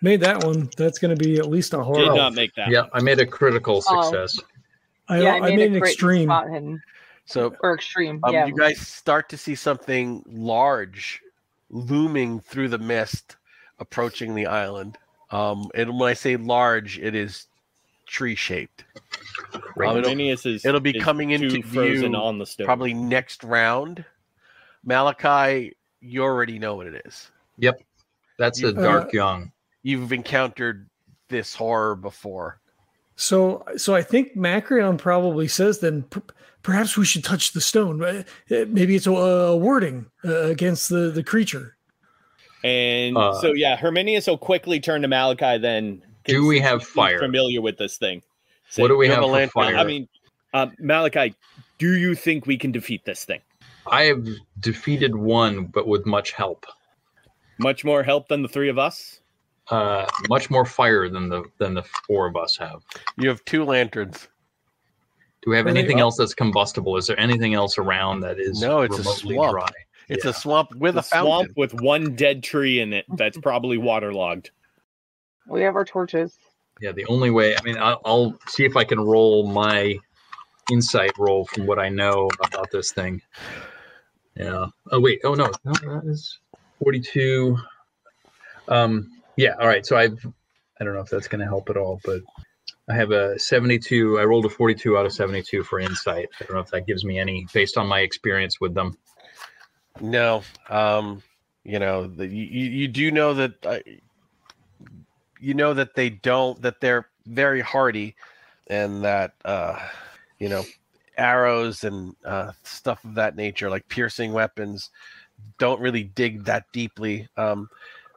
Speaker 3: made that one. That's going to be at least a
Speaker 5: Did
Speaker 3: horror.
Speaker 2: Wow.
Speaker 5: not make that.
Speaker 2: yeah, I made a critical
Speaker 4: Oh.
Speaker 2: success.
Speaker 3: I,
Speaker 4: yeah,
Speaker 3: I made, an
Speaker 4: a great
Speaker 3: extreme.
Speaker 4: spot hidden
Speaker 1: So
Speaker 4: or extreme.
Speaker 1: um,
Speaker 4: yeah,
Speaker 1: you guys start to see something large looming through the mist approaching the island. Um, and when I say large, it is tree shaped.
Speaker 2: Great.
Speaker 1: Um, it'll,
Speaker 5: Arminius is
Speaker 1: it'll be
Speaker 5: is
Speaker 1: coming
Speaker 5: too
Speaker 1: into
Speaker 5: frozen
Speaker 1: view
Speaker 5: on the stone.
Speaker 1: probably next round. Malachi, you already know what it is.
Speaker 2: That's
Speaker 1: Uh,
Speaker 2: a dark young.
Speaker 1: You've encountered this horror before.
Speaker 3: So, so I think Macrion probably says then per- perhaps we should touch the stone. Uh, Maybe it's a, a wording uh, against the the creature.
Speaker 5: And
Speaker 2: Uh,
Speaker 5: so yeah, Herminius will quickly turn to Malachi then.
Speaker 2: Do we have
Speaker 5: He's
Speaker 2: fire?
Speaker 5: Familiar with this thing.
Speaker 2: What do we
Speaker 1: You have
Speaker 2: have
Speaker 1: a
Speaker 2: for
Speaker 1: lantern.
Speaker 2: fire?
Speaker 5: I mean, uh, Malachi, do you think we can defeat this thing?
Speaker 2: I have defeated one, but with much help.
Speaker 5: Much more help than the three of us.
Speaker 2: Uh, much more fire than the than the four of us have.
Speaker 1: You have two lanterns.
Speaker 2: Do we have
Speaker 3: Are they
Speaker 2: anything
Speaker 3: up?
Speaker 2: else that's combustible? Is there anything else around that is
Speaker 1: No, it's a
Speaker 2: remotely
Speaker 1: swamp.
Speaker 2: dry?
Speaker 1: It's
Speaker 2: Yeah.
Speaker 1: a swamp with
Speaker 5: The
Speaker 1: a fountain.
Speaker 5: swamp with one dead tree in it that's probably waterlogged.
Speaker 4: we have our torches.
Speaker 2: Yeah, the only way. I mean, I'll, I'll see if I can roll my insight roll from what I know about this thing. Yeah. Oh wait. Oh no. No, that is forty-two. Um. Yeah. All right. So I've. I don't know if that's going to help at all, but I have a seventy-two. I rolled a forty-two out of seventy-two for insight. I don't know if that gives me any based on my experience with them.
Speaker 1: No, um, you know, the, you you you do know that uh, you know that they don't that they're very hardy, and that uh, you know, arrows and uh, stuff of that nature, like piercing weapons, don't really dig that deeply. Um,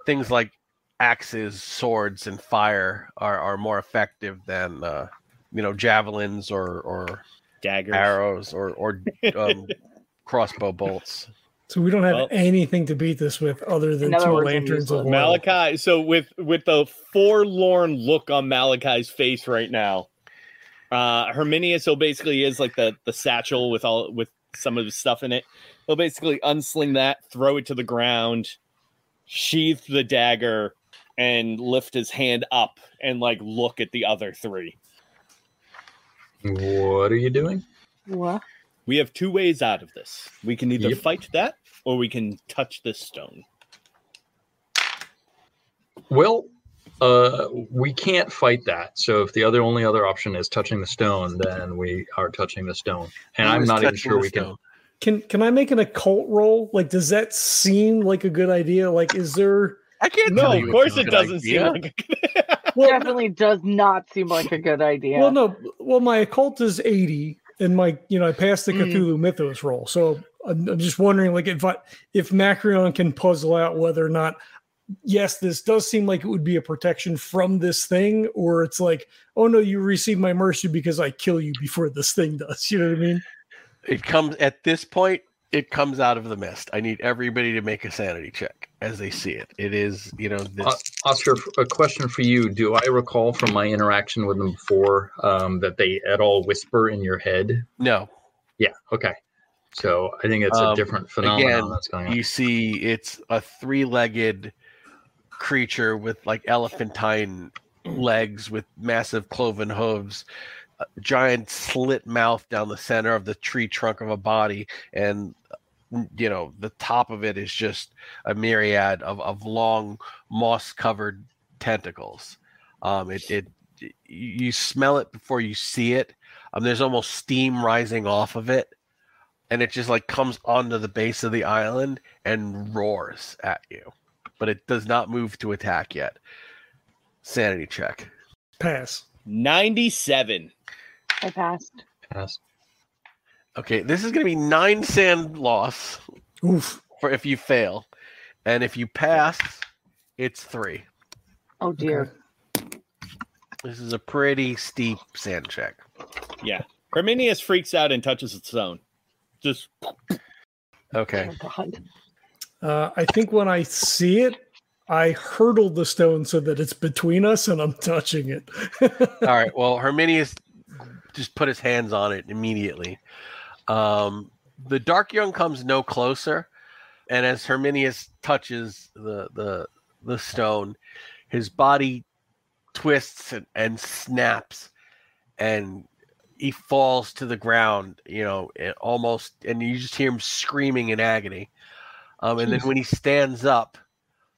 Speaker 1: things like axes, swords, and fire are are more effective than uh, you know javelins or or
Speaker 5: Daggers.
Speaker 1: arrows or or um, crossbow bolts.
Speaker 3: So we don't have
Speaker 5: Well-
Speaker 3: anything to beat this with other than
Speaker 4: In other
Speaker 3: two
Speaker 4: words,
Speaker 3: lanterns of
Speaker 4: unusual.
Speaker 3: oil.
Speaker 5: Malachi, so with with the forlorn look on Malachi's face right now, uh Herminius will basically is like the the satchel with all with some of the stuff in it. He'll basically unsling that, throw it to the ground, sheath the dagger, and lift his hand up and like look at the other three.
Speaker 2: What are you doing?
Speaker 4: What?
Speaker 5: We have two ways out of this. We can either
Speaker 2: Yep.
Speaker 5: fight that or we can touch this stone.
Speaker 2: Well, uh, we can't fight that. So if the other only other option is touching the stone, then we are touching the stone. And
Speaker 1: He
Speaker 2: I'm
Speaker 1: was
Speaker 2: not even
Speaker 1: touching
Speaker 2: sure
Speaker 1: the
Speaker 2: we can.
Speaker 1: stone.
Speaker 3: Can can I make an occult roll? Like, does that seem like a good idea? Like, is there?
Speaker 1: I can't.
Speaker 5: No,
Speaker 1: tell
Speaker 5: of
Speaker 1: you it's
Speaker 5: course
Speaker 1: a
Speaker 5: it
Speaker 1: good
Speaker 5: doesn't
Speaker 1: idea.
Speaker 5: seem like a good
Speaker 3: Well,
Speaker 4: Definitely does not seem like a good idea.
Speaker 3: well, no. Well, my occult is eighty, and my you know I passed the
Speaker 4: Mm.
Speaker 3: Cthulhu Mythos roll. So I'm, I'm just wondering, like, if I, if Macrion can puzzle out whether or not, yes, this does seem like it would be a protection from this thing, or it's like, oh no, you receive my mercy because I kill you before this thing does. You know what I mean?
Speaker 1: It comes at this point. It comes out of the mist. I need everybody to make a sanity check as they see it. It is, you know, this.
Speaker 2: Uh, Oscar, a question for you. Do I recall from my interaction with them before um, that they at all whisper in your head?
Speaker 1: no,
Speaker 2: Yeah. Okay. So I think it's
Speaker 1: Um,
Speaker 2: a different phenomenon
Speaker 1: again,
Speaker 2: that's going on.
Speaker 1: you see, it's a three-legged creature with like elephantine legs with massive cloven hooves a giant slit mouth down the center of the tree trunk of a body, and you know the top of it is just a myriad of, of long moss covered tentacles. Um, it, it you smell it before you see it. Um, there's almost steam rising off of it, and it just like comes onto the base of the island and roars at you, but it does not move to attack yet. Sanity check.
Speaker 3: Pass.
Speaker 5: 97.
Speaker 4: I passed.
Speaker 2: Pass.
Speaker 1: Okay, this is going to be nine sand loss
Speaker 3: Oof.
Speaker 1: for if you fail, and if you pass, it's three.
Speaker 4: Oh dear.
Speaker 3: Okay.
Speaker 1: This is a pretty steep sand check.
Speaker 5: Herminius freaks out and touches its own. Just
Speaker 1: Okay,
Speaker 4: Oh, God.
Speaker 3: Uh, I think when I see it, I hurdle the stone so that it's between us and I'm touching it.
Speaker 1: all right. Well, Herminius just put his hands on it immediately. Um, the dark young comes no closer, and as Herminius touches the the the stone, his body twists and, and snaps, and he falls to the ground. You know, it almost, and you just hear him screaming in agony. Um, and then when he stands up,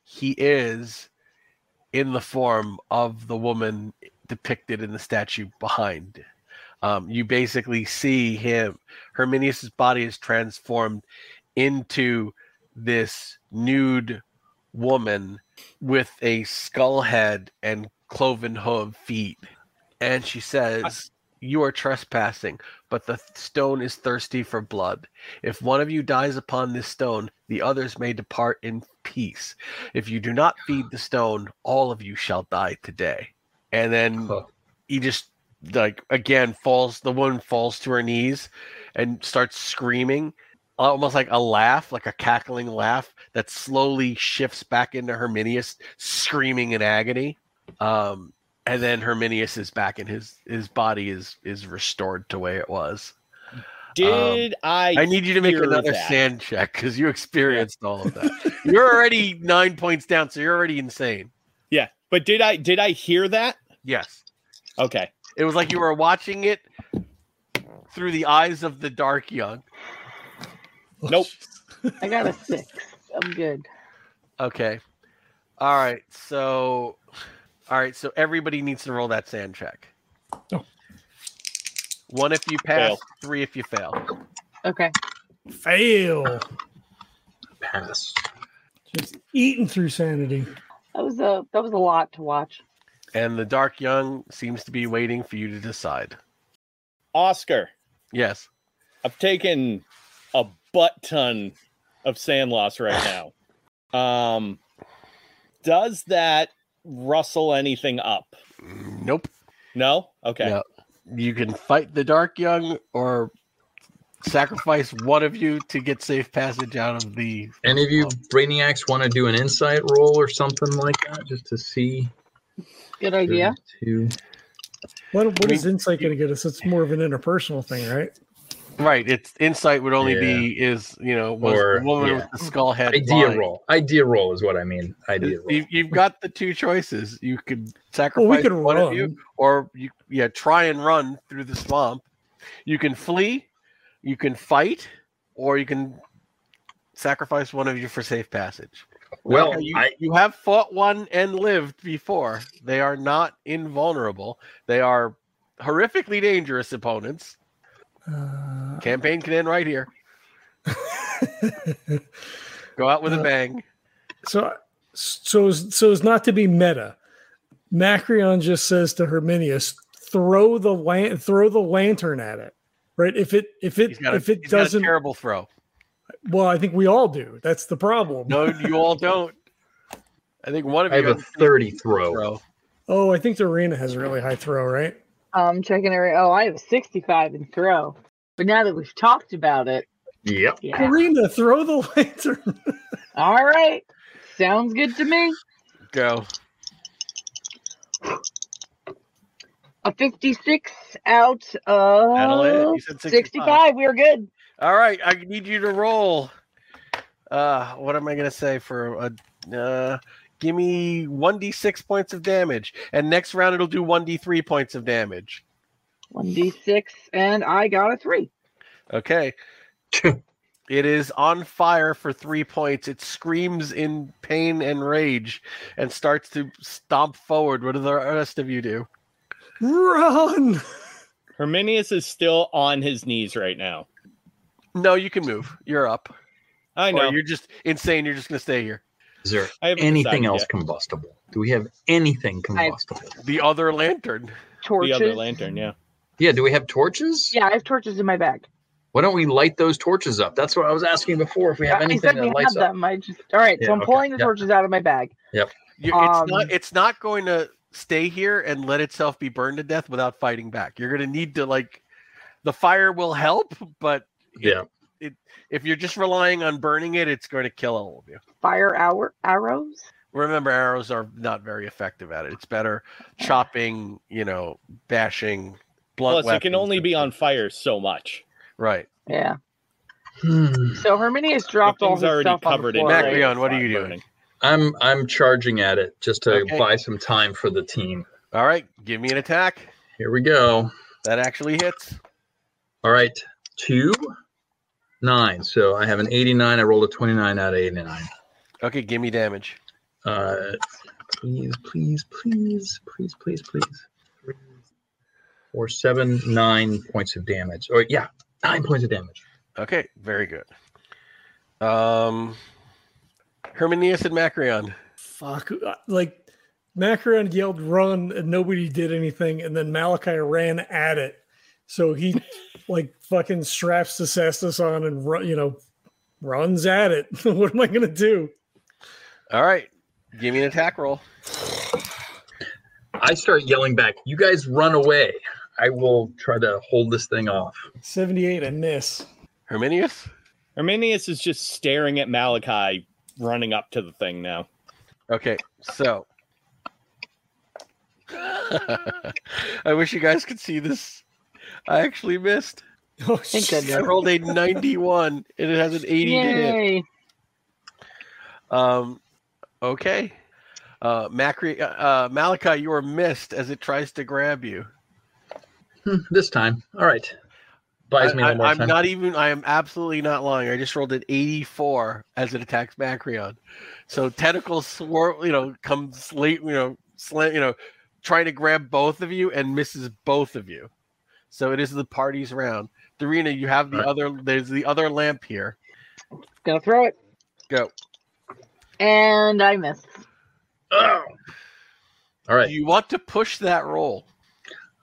Speaker 1: he is in the form of the woman depicted in the statue behind. Um, you basically see him. Herminius's body is transformed into this nude woman with a skull head and cloven hoof feet, and she says, "You are trespassing, but the stone is thirsty for blood. If one of you dies upon this stone, the others may depart in peace. If you do not feed the stone, all of you shall die today." And then
Speaker 2: Huh.
Speaker 1: he just like again falls the woman falls to her knees and starts screaming almost like a laugh like a cackling laugh that slowly shifts back into herminius screaming in agony um and then herminius is back and his his body is is restored to where it was
Speaker 5: did I?
Speaker 1: Um, i need you to make
Speaker 5: hear
Speaker 1: another
Speaker 5: that.
Speaker 1: sand check because you experienced all of that you're already nine points down so you're already insane
Speaker 5: Yeah, but did I? Did I hear that?
Speaker 1: yes
Speaker 5: Okay.
Speaker 1: It was like you were watching it through the eyes of the dark young.
Speaker 5: Nope.
Speaker 4: I got a six. I'm good.
Speaker 1: Okay. All right. So, all right. So everybody needs to roll that sand check.
Speaker 3: Oh.
Speaker 1: One if you pass,
Speaker 5: Fail.
Speaker 1: three if you fail.
Speaker 4: Okay.
Speaker 3: Fail.
Speaker 2: Pass.
Speaker 3: Just eating through sanity.
Speaker 4: That was a that was a lot to watch.
Speaker 1: And the dark young seems to be waiting for you to decide.
Speaker 5: Oscar,
Speaker 1: Yes.
Speaker 5: I've taken a butt ton of sand loss right now. Um, does that rustle anything up?
Speaker 1: Nope.
Speaker 5: No. Okay.
Speaker 1: No. You can fight the dark young or sacrifice one of you to get safe passage out of the
Speaker 2: Any of you brainiacs want to do an insight roll or something like that, just to see?
Speaker 4: Good idea.
Speaker 2: Two.
Speaker 3: What, what
Speaker 1: I
Speaker 3: is insight going to get us? It's more of an interpersonal thing, right?
Speaker 1: Right. It's insight would only
Speaker 2: Yeah.
Speaker 1: be is you know was
Speaker 2: Or-
Speaker 1: the woman
Speaker 2: yeah.
Speaker 1: with the skull head.
Speaker 2: Idea
Speaker 1: blind.
Speaker 2: roll. Idea roll is what I mean. Idea roll.
Speaker 1: You, you've got the two choices. You could
Speaker 3: Well,
Speaker 1: sacrifice
Speaker 3: we could
Speaker 1: one of you,
Speaker 3: run.
Speaker 1: or you yeah try and run through the swamp. You can flee, you can fight, or you can sacrifice one of you for safe passage.
Speaker 2: Well,
Speaker 1: Remember, you,
Speaker 2: I,
Speaker 1: you have fought one and lived before. They are not invulnerable. They are horrifically dangerous opponents.
Speaker 3: Uh,
Speaker 1: Campaign can end right here. Go out with a
Speaker 3: Uh,
Speaker 1: bang.
Speaker 3: so, so, as, so as not to be meta, Macrion just says to Herminius, "Throw the lan- throw the lantern at it." Right? If it if it
Speaker 1: He's got a,
Speaker 3: if it
Speaker 1: he's got a
Speaker 3: doesn't,
Speaker 1: terrible throw.
Speaker 3: well, I think we all do. That's the problem.
Speaker 1: No, you all don't. I think one of
Speaker 2: I
Speaker 1: you
Speaker 2: have a
Speaker 1: has
Speaker 2: thirty throw.
Speaker 1: throw.
Speaker 3: Oh, I think the arena has a really high throw, right?
Speaker 4: Um, checking every. Oh, I have a 65 in throw. But now that we've talked about it,
Speaker 2: Yep.
Speaker 4: yeah.
Speaker 3: Arena, throw the lantern.
Speaker 4: All right. Sounds good to me.
Speaker 1: Go.
Speaker 4: A 56 out of
Speaker 3: Uh,
Speaker 1: That'll it. You said 65.
Speaker 4: 65. We are good.
Speaker 1: All right, I need you to roll. Uh, what am I gonna say for a? Uh, give me one d six points of damage, and next round it'll do one d three points of damage.
Speaker 4: 1d6, and I got a 3.
Speaker 1: Okay. it is on fire for three points. It screams in pain and rage and starts to stomp forward. What do the rest of you do?
Speaker 3: Run!
Speaker 5: Herminius is still on his knees right now.
Speaker 1: No, you can move. You're up.
Speaker 5: I
Speaker 1: Or
Speaker 5: know.
Speaker 1: you're just insane. You're just going to stay here.
Speaker 2: Is there
Speaker 5: I haven't
Speaker 2: anything
Speaker 5: decided
Speaker 2: else
Speaker 5: yet.
Speaker 2: combustible? Do we have anything combustible?
Speaker 1: The other lantern.
Speaker 5: The
Speaker 4: Torches.
Speaker 5: other lantern, yeah.
Speaker 2: Yeah, do we have torches?
Speaker 4: Yeah, I have torches in my bag.
Speaker 2: Why don't we light those torches up? That's what I was asking before. If we have
Speaker 4: I- I
Speaker 2: anything
Speaker 4: said
Speaker 2: that
Speaker 4: we had
Speaker 2: lights up.
Speaker 4: them. I just all right.
Speaker 2: Yeah,
Speaker 4: so I'm
Speaker 2: okay,
Speaker 4: pulling the
Speaker 2: yeah.
Speaker 4: torches out of my bag.
Speaker 1: You,
Speaker 4: Um,
Speaker 1: it's not. It's not going to stay here and let itself be burned to death without fighting back. You're going to need to like. The fire will help, but
Speaker 2: Yeah.
Speaker 1: if you're just relying on burning it, it's going to kill all of you.
Speaker 4: Fire hour arrows.
Speaker 1: Remember, arrows are not very effective at it. It's better chopping, you know, bashing. Blunt
Speaker 5: Plus, it can
Speaker 1: weapons
Speaker 5: only
Speaker 1: and
Speaker 5: be
Speaker 1: stuff.
Speaker 5: on fire so much.
Speaker 1: Right,
Speaker 4: Yeah.
Speaker 2: Hmm.
Speaker 4: So Herminius dropped all
Speaker 5: thing's
Speaker 4: his
Speaker 5: already
Speaker 4: stuff
Speaker 5: covered in
Speaker 4: on the floor.
Speaker 1: Mac,
Speaker 5: fire.
Speaker 1: we
Speaker 4: right?
Speaker 1: are- Leon, what are you
Speaker 5: It's not
Speaker 1: doing?
Speaker 2: I'm I'm charging at it just to
Speaker 1: Okay.
Speaker 2: buy some time for the team.
Speaker 1: All right, give me an attack.
Speaker 2: Here we go.
Speaker 1: That actually hits.
Speaker 2: All right, two, nine. So I have an 89. I rolled a 29 out of 89.
Speaker 1: Okay, give me damage.
Speaker 2: Uh, please, please, please, please, please, please. Or seven, nine points of damage. Or yeah, nine points of damage.
Speaker 1: Okay, very good. Um, Herminius and Macrion.
Speaker 3: Fuck. uh, Like, Macaron yelled run and nobody did anything. And then Malachi ran at it. So he, like, fucking straps the Cestus on and, run, you know, runs at it. what am I going to do?
Speaker 1: All right, give me an attack roll.
Speaker 2: I start yelling back, you guys run away. I will try to hold this thing off.
Speaker 3: 78, I miss.
Speaker 1: Herminius.
Speaker 5: Arminius is just staring at Malachi running up to the thing now.
Speaker 1: Okay, so I wish you guys could see this. I actually missed.
Speaker 3: Oh,
Speaker 4: Thank
Speaker 3: shit.
Speaker 1: I
Speaker 4: goodness.
Speaker 1: rolled a 91 and it has an 80 to hit.
Speaker 4: Yay.
Speaker 1: Um, okay. Uh, Macri, uh, uh, Malachi, you are missed as it tries to grab you.
Speaker 2: Hmm, this time. All right. Buys me
Speaker 1: I,
Speaker 2: one more
Speaker 1: am
Speaker 2: time.
Speaker 1: not even. I am absolutely not lying. I just rolled an 84 as it attacks Macrion. So tentacles swirl. You know, comes late. You know, slant. You know, trying to grab both of you and misses both of you. So it is the party's round. Darina, you have the
Speaker 2: Right.
Speaker 1: other. There's the other lamp here.
Speaker 4: Gonna throw it.
Speaker 1: Go.
Speaker 4: And I missed.
Speaker 2: Oh. All right.
Speaker 1: Do you want to push that roll?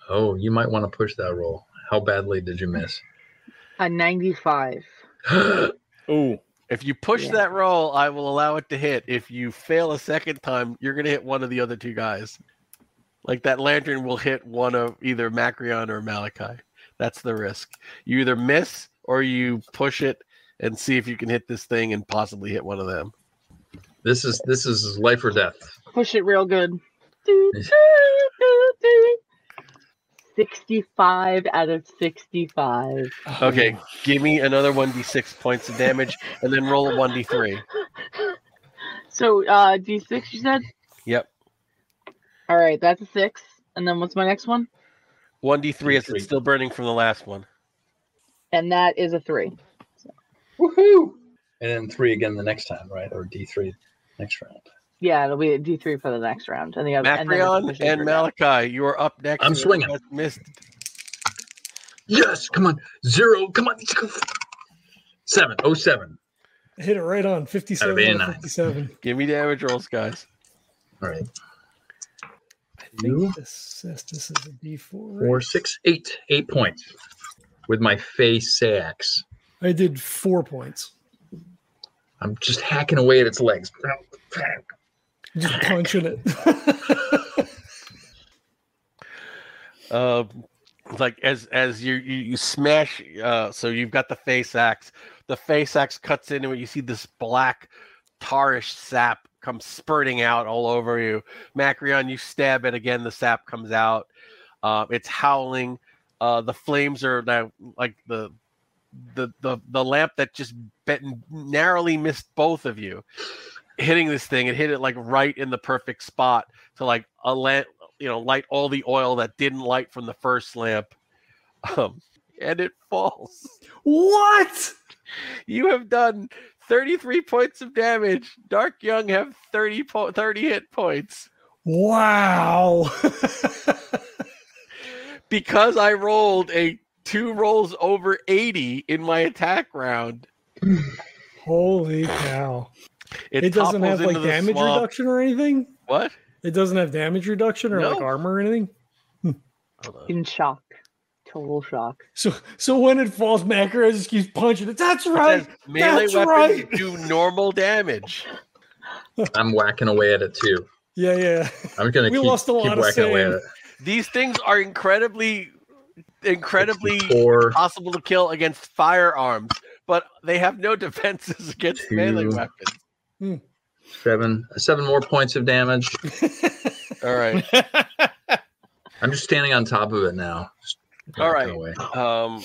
Speaker 2: Oh, you might want to push that roll. How badly did you miss?
Speaker 4: A 95.
Speaker 5: Ooh,
Speaker 1: If you push
Speaker 4: Yeah.
Speaker 1: that roll, I will allow it to hit. If you fail a second time, you're going to hit one of the other two guys. Like that lantern will hit one of either Macrion or Malachi. That's the risk. You either miss or you push it and see if you can hit this thing and possibly hit one of them.
Speaker 2: this is this is life or death.
Speaker 4: Push it real good. Doo,
Speaker 2: Nice.
Speaker 4: doo, doo, doo. 65 out of 65.
Speaker 1: Okay, give me another 1d6 points of damage and then roll a 1d3.
Speaker 4: So uh D6 you said?
Speaker 1: Yep.
Speaker 4: All right, that's a 6. And then what's my next one?
Speaker 1: 1d3 is
Speaker 2: Three.
Speaker 1: it's still burning from the last one.
Speaker 4: And that is a 3.
Speaker 2: Woohoo! And then three again the next time, right? Or D three next round.
Speaker 4: Yeah, it'll be a D3 for the next round. And the other and then it's
Speaker 1: Macrion
Speaker 4: officially
Speaker 1: and
Speaker 4: for now.
Speaker 1: Malachi, you are up next.
Speaker 2: I'm
Speaker 1: You
Speaker 2: swinging.
Speaker 1: just Missed.
Speaker 2: Yes, come on. Zero, come on. Seven. Oh seven.
Speaker 3: Hit it right on 57. out of
Speaker 2: 89.
Speaker 3: 57.
Speaker 1: Give me damage rolls, guys.
Speaker 2: All right. Two,
Speaker 3: This, this, this is a D4. right?
Speaker 2: four, six, eight. Eight points. With my face axe.
Speaker 3: I did four points.
Speaker 2: I'm just hacking away at its legs.
Speaker 3: Just punching it.
Speaker 1: uh, like as as you you, you smash uh so you've got the face axe the face axe cuts into it you see this black tarish sap comes spurting out all over you macrion you stab it again the sap comes out uh, it's howling uh the flames are now like the the the, the lamp that just bet narrowly missed both of you hitting this thing it hit it like right in the perfect spot to like a lamp you know light all the oil that didn't light from the first lamp Um, and it falls.
Speaker 3: What?
Speaker 1: You have done 33 points of damage. Dark Young have 30, po- 30 hit points.
Speaker 3: Wow.
Speaker 1: Because I rolled a two rolls over 80 in my attack round,
Speaker 3: Holy cow.
Speaker 1: it,
Speaker 3: It, doesn't
Speaker 1: topples
Speaker 3: have like
Speaker 1: into the
Speaker 3: damage
Speaker 1: swamp.
Speaker 3: reduction or anything?
Speaker 1: What?
Speaker 3: It doesn't have damage reduction or
Speaker 1: No.
Speaker 3: like armor or anything?
Speaker 1: Hold on.
Speaker 4: In shock. Total shock.
Speaker 3: So so when it falls, Macro just keeps punching it. That's
Speaker 1: It
Speaker 3: right.
Speaker 1: says melee
Speaker 3: That's
Speaker 1: weapons
Speaker 3: right.
Speaker 1: do normal damage.
Speaker 2: I'm whacking away at it too.
Speaker 3: Yeah, yeah.
Speaker 2: I'm gonna
Speaker 3: We
Speaker 2: keep,
Speaker 3: lost a lot
Speaker 2: keep
Speaker 3: of
Speaker 2: whacking away at
Speaker 3: sand.
Speaker 2: it.
Speaker 1: These things are incredibly, incredibly
Speaker 2: Four,
Speaker 1: possible to kill against firearms, but they have no defenses against melee
Speaker 2: Two.
Speaker 1: weapons.
Speaker 2: seven, seven more points of damage.
Speaker 1: All right.
Speaker 2: I'm just standing on top of it now. Just
Speaker 1: All
Speaker 2: whacking
Speaker 1: right.
Speaker 2: away.
Speaker 1: Um,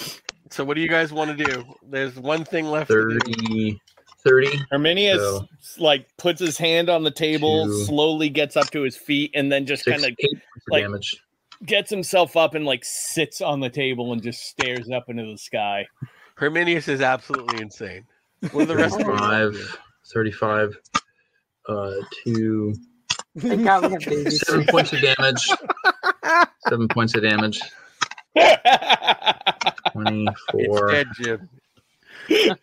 Speaker 1: so what do you guys want to do? There's one thing left. to do.
Speaker 2: 30, 30.
Speaker 5: Herminius
Speaker 2: So-
Speaker 5: like puts his hand on the table,
Speaker 2: Two.
Speaker 5: slowly gets up to his feet, and then just
Speaker 2: Six,
Speaker 5: kind of
Speaker 2: eight points of
Speaker 5: like-
Speaker 2: damage.
Speaker 5: gets himself up and like sits on the table and just stares up into the sky.
Speaker 1: Herminius is absolutely insane. What are the rest of you want to do?
Speaker 2: 35, 35, uh, two,
Speaker 4: Like how we have babies.
Speaker 2: seven points of damage. Seven points of damage. 24.
Speaker 1: It's dead, Jim.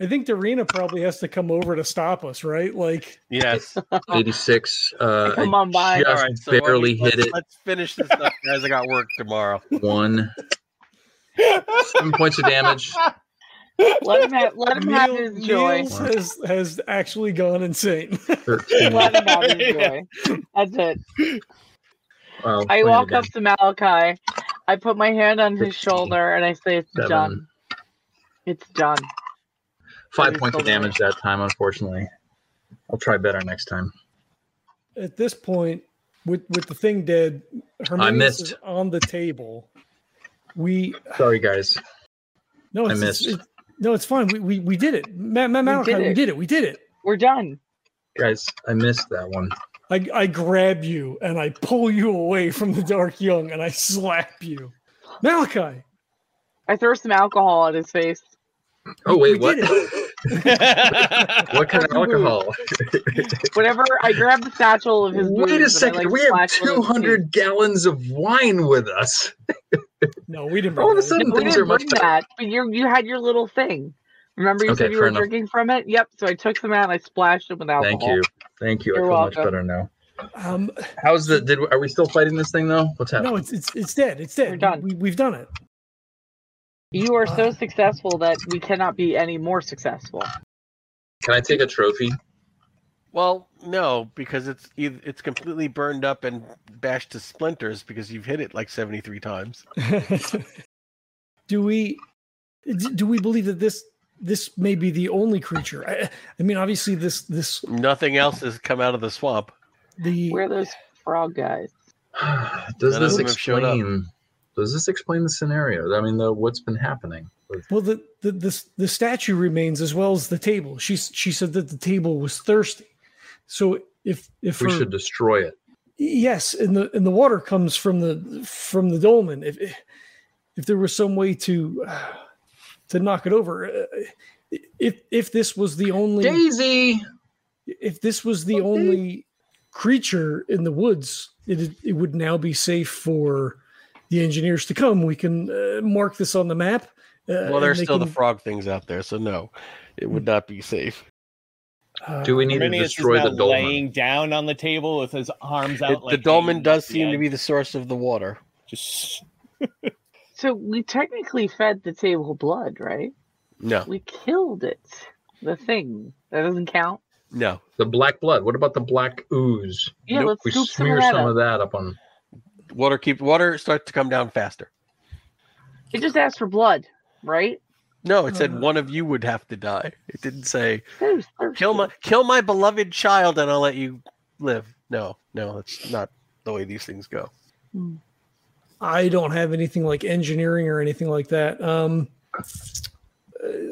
Speaker 3: I think Darina probably has to come over to stop us, right? Like
Speaker 1: Yes.
Speaker 2: 86. Uh, I
Speaker 4: Come on by.
Speaker 2: just
Speaker 1: All right. So why don't
Speaker 2: barely
Speaker 1: you- let's,
Speaker 2: hit it.
Speaker 1: Let's finish this up, guys. I got work tomorrow.
Speaker 2: One. Seven points of damage.
Speaker 4: Let him have, let him have
Speaker 3: Neil,
Speaker 4: his joy.
Speaker 3: Niels has has actually gone insane.
Speaker 2: 13. Wow,
Speaker 4: Let him have his joy. That's it. I
Speaker 2: playing
Speaker 4: walk
Speaker 2: again.
Speaker 4: up to Malachi. I put my hand on his
Speaker 2: Fifteen.
Speaker 4: shoulder and I say, "It's
Speaker 2: Seven.
Speaker 4: done. It's done."
Speaker 2: Five
Speaker 4: That is
Speaker 2: points of
Speaker 4: so low.
Speaker 2: damage that time, unfortunately. I'll try better next time.
Speaker 3: At this point, with with the thing dead, Hermione
Speaker 2: missed.
Speaker 3: is on the table. We
Speaker 2: Sorry, guys.
Speaker 3: no,
Speaker 2: I
Speaker 3: it's, it's-
Speaker 2: missed.
Speaker 3: it- no, it's fine. We we, we did it, Matt, Matt
Speaker 4: We
Speaker 3: Malachi.
Speaker 4: did
Speaker 3: We
Speaker 4: it.
Speaker 3: did it. We did it.
Speaker 4: We're done.
Speaker 2: Guys, I missed that one.
Speaker 3: I, I grab you and I pull you away from the dark young and I slap you, Malachi.
Speaker 4: I throw some alcohol at his face.
Speaker 2: Oh, wait,
Speaker 3: We- we
Speaker 2: what?
Speaker 3: did
Speaker 2: what kind of alcohol?
Speaker 4: Whatever. I grab the satchel of his. booze
Speaker 2: Wait
Speaker 4: and I,
Speaker 2: a second.
Speaker 4: like,
Speaker 2: we have
Speaker 4: splash it on his
Speaker 2: 200 gallons of wine with us.
Speaker 3: No, we didn't.
Speaker 2: All of a
Speaker 3: bring
Speaker 2: sudden-
Speaker 3: that.
Speaker 4: face. We
Speaker 2: Things
Speaker 4: didn't
Speaker 2: are much
Speaker 4: bring
Speaker 2: better.
Speaker 4: that, but you you had your little thing. Remember you
Speaker 2: Okay,
Speaker 4: said you
Speaker 2: fair
Speaker 4: were
Speaker 2: enough.
Speaker 4: drinking from it. Yep. So I took some out and I splashed it with alcohol.
Speaker 2: Thank you. Thank you. I
Speaker 4: You're
Speaker 2: feel much
Speaker 4: welcome.
Speaker 2: better now.
Speaker 3: Um,
Speaker 2: How's the did are we still fighting this thing though? What's happening?
Speaker 3: no, it's it's it's dead. It's dead.
Speaker 4: We're done.
Speaker 3: We, we've done it.
Speaker 4: You are so successful that we cannot be any more successful.
Speaker 2: Can I take a trophy?
Speaker 1: Well, no, because it's eith- it's completely burned up and bashed to splinters because you've hit it like 73 times.
Speaker 3: do we d- do we believe that this this may be the only creature? I, I mean, obviously this this
Speaker 1: Nothing else has come out of the swamp.
Speaker 3: the
Speaker 4: Where are those frog guys?
Speaker 2: Does
Speaker 1: None of
Speaker 2: this
Speaker 1: them have showed up.
Speaker 2: explain does this explain the scenario? I mean the what's been happening?
Speaker 3: well the the the, the statue remains as well as the table. She s- she said that the table was thirsty, so if if
Speaker 2: We
Speaker 3: her-
Speaker 2: should destroy it.
Speaker 3: yes, and the and the water comes from the from the dolmen. If if there was some way to uh, to knock it over, uh, if if this was the only
Speaker 2: Daisy!
Speaker 3: if this was the only creature in the woods, it it would now be safe for the engineers to come. We can uh, mark this on the map. Uh,
Speaker 1: Well, there's
Speaker 3: and they
Speaker 1: still the
Speaker 3: can- Mm.
Speaker 1: frog things out there, so no, it would not be safe.
Speaker 3: uh,
Speaker 2: Do we need to
Speaker 5: Herminius is
Speaker 2: destroy
Speaker 5: now
Speaker 2: the dolmen?
Speaker 5: laying down on the table with his arms out.
Speaker 1: It- the
Speaker 5: like
Speaker 1: dolmen
Speaker 5: hanging
Speaker 1: does
Speaker 5: off the
Speaker 1: seem to
Speaker 5: edge.
Speaker 1: be the source of the water.
Speaker 5: just
Speaker 4: So we technically fed the table blood, right?
Speaker 1: No,
Speaker 4: We killed it. The thing. That doesn't count.
Speaker 1: no.
Speaker 2: The black blood. What about the black ooze?
Speaker 4: Yeah,
Speaker 2: Nope,
Speaker 4: let's
Speaker 2: we
Speaker 4: scoop some of
Speaker 2: smear
Speaker 4: that
Speaker 2: some
Speaker 4: up.
Speaker 2: of that up on
Speaker 1: Water keep water starts to come down faster.
Speaker 4: It just asked for blood, right?
Speaker 1: No, it said
Speaker 3: Uh.
Speaker 1: one of you would have to die. It didn't say
Speaker 4: It was thirsty.
Speaker 1: kill my kill my beloved child and I'll let you live. No, no, that's not the way these things go.
Speaker 3: I don't have anything like engineering or anything like that. Um, uh,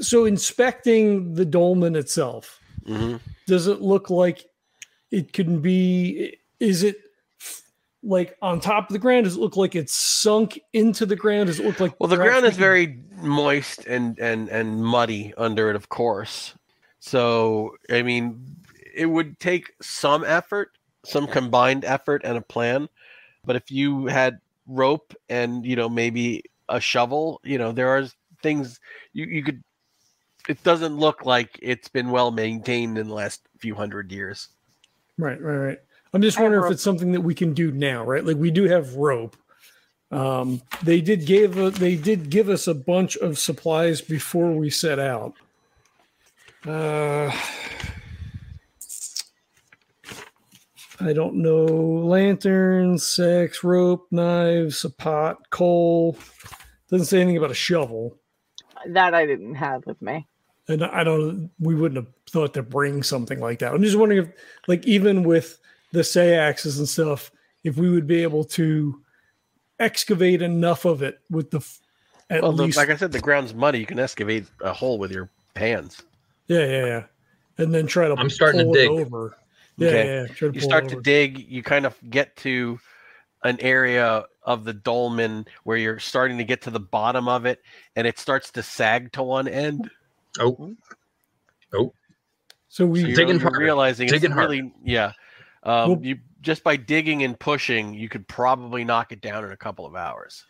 Speaker 3: so inspecting the dolmen itself,
Speaker 1: hmm
Speaker 3: does it look like it can be? Is it like on top of the ground? Does it look like it's sunk into the ground? Does it look like
Speaker 1: Well, the
Speaker 3: we're
Speaker 1: ground is
Speaker 3: actually-
Speaker 1: very moist and and and muddy under it, of course. So, I mean, it would take some effort, some combined effort and a plan. But if you had rope and you know maybe a shovel, you know there are things you you could. It doesn't look like it's been well maintained in the last few hundred years.
Speaker 3: right, right, right. I'm just
Speaker 4: I have
Speaker 3: wondering if
Speaker 4: rope.
Speaker 3: it's something that we can do now, right? Like we do have rope. Um, they did give a, they did give us a bunch of supplies before we set out. Uh, I don't know lanterns, sacks, rope, knives, a pot, coal. Doesn't say anything about a shovel.
Speaker 4: That I didn't have with me.
Speaker 3: and I don't we wouldn't have thought to bring something like that. I'm just wondering if like even with the say axes and stuff, if we would be able to excavate enough of it with the f- at
Speaker 1: Well, the,
Speaker 3: least
Speaker 1: like I said, the ground's muddy. You can excavate a hole with your hands.
Speaker 3: yeah yeah yeah, and then try to
Speaker 2: I'm starting to
Speaker 3: pull it
Speaker 2: dig.
Speaker 3: over. Yeah,
Speaker 1: Okay.
Speaker 3: yeah, yeah. Try to
Speaker 1: you
Speaker 3: pull it
Speaker 1: start to
Speaker 3: over.
Speaker 1: dig you kind of get to an area of the dolmen where you're starting to get to the bottom of it and it starts to sag to one end Hmm?
Speaker 2: Oh,
Speaker 3: So
Speaker 1: so
Speaker 3: we
Speaker 1: you're,
Speaker 2: Digging
Speaker 1: you're
Speaker 2: harder.
Speaker 1: realizing
Speaker 2: Digging
Speaker 1: it's
Speaker 2: harder.
Speaker 1: really yeah um,
Speaker 3: Well-
Speaker 1: you just by digging and pushing you could probably knock it down in a couple of hours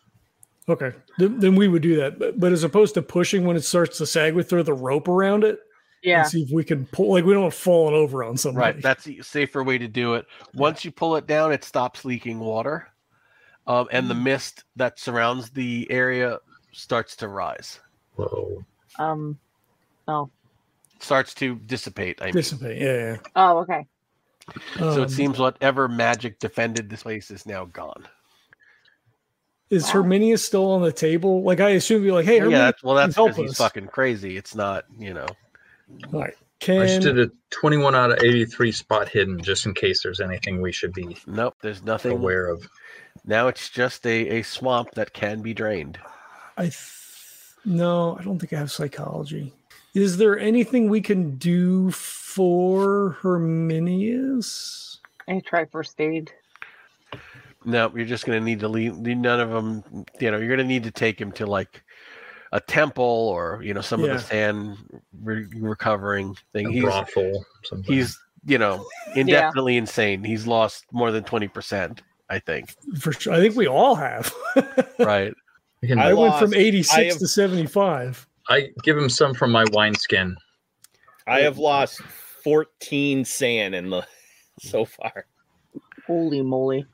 Speaker 3: okay then, then we would do that, but, but as opposed to pushing when it starts to sag, we throw the rope around it
Speaker 4: Yeah.
Speaker 3: and see if we can pull. Like we don't want falling over on something.
Speaker 1: right that's the safer way to do it once you pull it down it stops leaking water um, and the mist that surrounds the area starts to rise
Speaker 2: whoa.
Speaker 4: Um.
Speaker 1: starts to dissipate i mean
Speaker 3: dissipate. Yeah.
Speaker 4: Oh, okay.
Speaker 3: yeah.
Speaker 1: So
Speaker 3: Um,
Speaker 1: it seems whatever magic defended this place is now gone.
Speaker 3: Is
Speaker 4: Wow.
Speaker 3: Herminius still on the table? Like I assume you're like, hey,
Speaker 1: yeah,
Speaker 3: Herminius,
Speaker 1: that's, well, that's
Speaker 3: help
Speaker 1: because he's
Speaker 3: us.
Speaker 1: fucking crazy. It's not, you know.
Speaker 3: all right,
Speaker 2: I just
Speaker 3: can
Speaker 2: did a 21 out of 83 spot hidden just in case there's anything we should be
Speaker 1: Nope, there's nothing.
Speaker 2: aware of.
Speaker 1: Now it's just a, a swamp that can be drained.
Speaker 3: I? Th- no, I don't think I have psychology. Is there anything we can do for Herminius?
Speaker 4: I try first aid.
Speaker 1: No, you're just gonna need to leave. None of them, you know. You're gonna need to take him to like a temple or you know some of
Speaker 3: Yeah.
Speaker 1: the sand re- recovering thing.
Speaker 2: A
Speaker 1: He's
Speaker 2: brothel. Something.
Speaker 1: he's you know indefinitely insane. He's lost more than twenty percent, I think.
Speaker 3: For sure, I think we all have.
Speaker 1: Right.
Speaker 2: We can-
Speaker 5: I
Speaker 3: I
Speaker 2: I,
Speaker 3: went from
Speaker 5: lost. I
Speaker 3: eighty six
Speaker 5: have-
Speaker 3: to seventy five.
Speaker 2: give him some from my wineskin.
Speaker 5: I have lost 14 sand in the so far.
Speaker 4: Holy moly.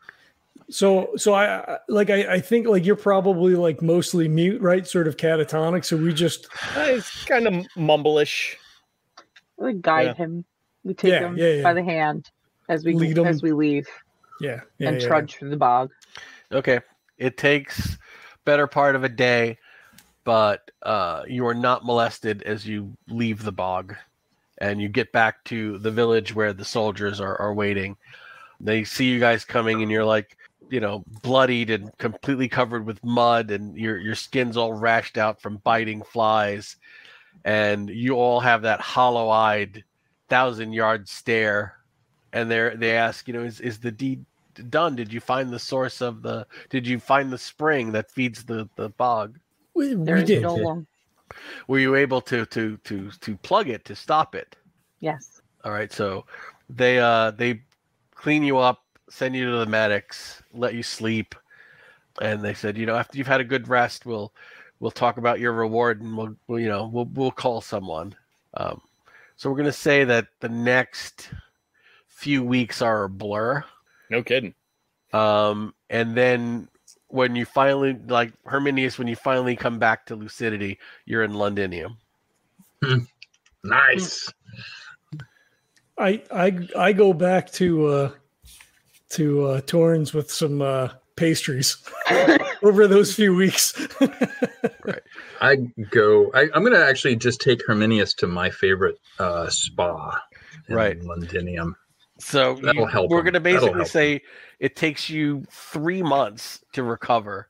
Speaker 3: So, so I I- like I, I think like you're probably like mostly mute, right? Sort of catatonic. So we just
Speaker 5: Uh, It's kind of mumblish.
Speaker 4: We guide
Speaker 5: Yeah.
Speaker 4: him. We take
Speaker 3: Yeah,
Speaker 4: him
Speaker 3: yeah, yeah.
Speaker 4: by the hand as we
Speaker 3: Lead him.
Speaker 4: as we leave
Speaker 3: yeah, yeah
Speaker 4: and
Speaker 3: yeah,
Speaker 4: trudge through the bog.
Speaker 1: Okay. It takes better part of a day, but uh, you are not molested as you leave the bog and you get back to the village where the soldiers are, are waiting. They see you guys coming and you're like, you know, bloodied and completely covered with mud and your your skin's all rashed out from biting flies. And you all have that hollow eyed thousand yard stare. And they they ask, you know, is, is the deed done? Did you find the source of the did you find the spring that feeds the, the bog?
Speaker 3: We, we
Speaker 4: There is
Speaker 3: did.
Speaker 4: no
Speaker 2: yeah.
Speaker 4: long.
Speaker 1: Were you able to to to to plug it to stop it?
Speaker 4: Yes.
Speaker 1: All right, so they uh they clean you up, send you to the medics, let you sleep, and they said, you know, after you've had a good rest, we'll we'll talk about your reward and we'll, we'll you know we'll we'll call someone. Um, so we're gonna say that the next few weeks are a blur.
Speaker 5: No kidding.
Speaker 1: Um, and then when you finally like Herminius, when you finally come back to lucidity, you're in Londinium.
Speaker 2: Nice.
Speaker 3: I I I go back to uh to uh Torrens with some uh pastries over those few weeks.
Speaker 2: I go. I, I'm going to actually just take Herminius to my favorite uh, spa. in
Speaker 1: Right.
Speaker 2: Londinium.
Speaker 1: So you-
Speaker 2: That'll help
Speaker 1: we're
Speaker 2: him.
Speaker 1: going to
Speaker 2: That'll
Speaker 1: basically
Speaker 2: help
Speaker 1: say it takes you three months to recover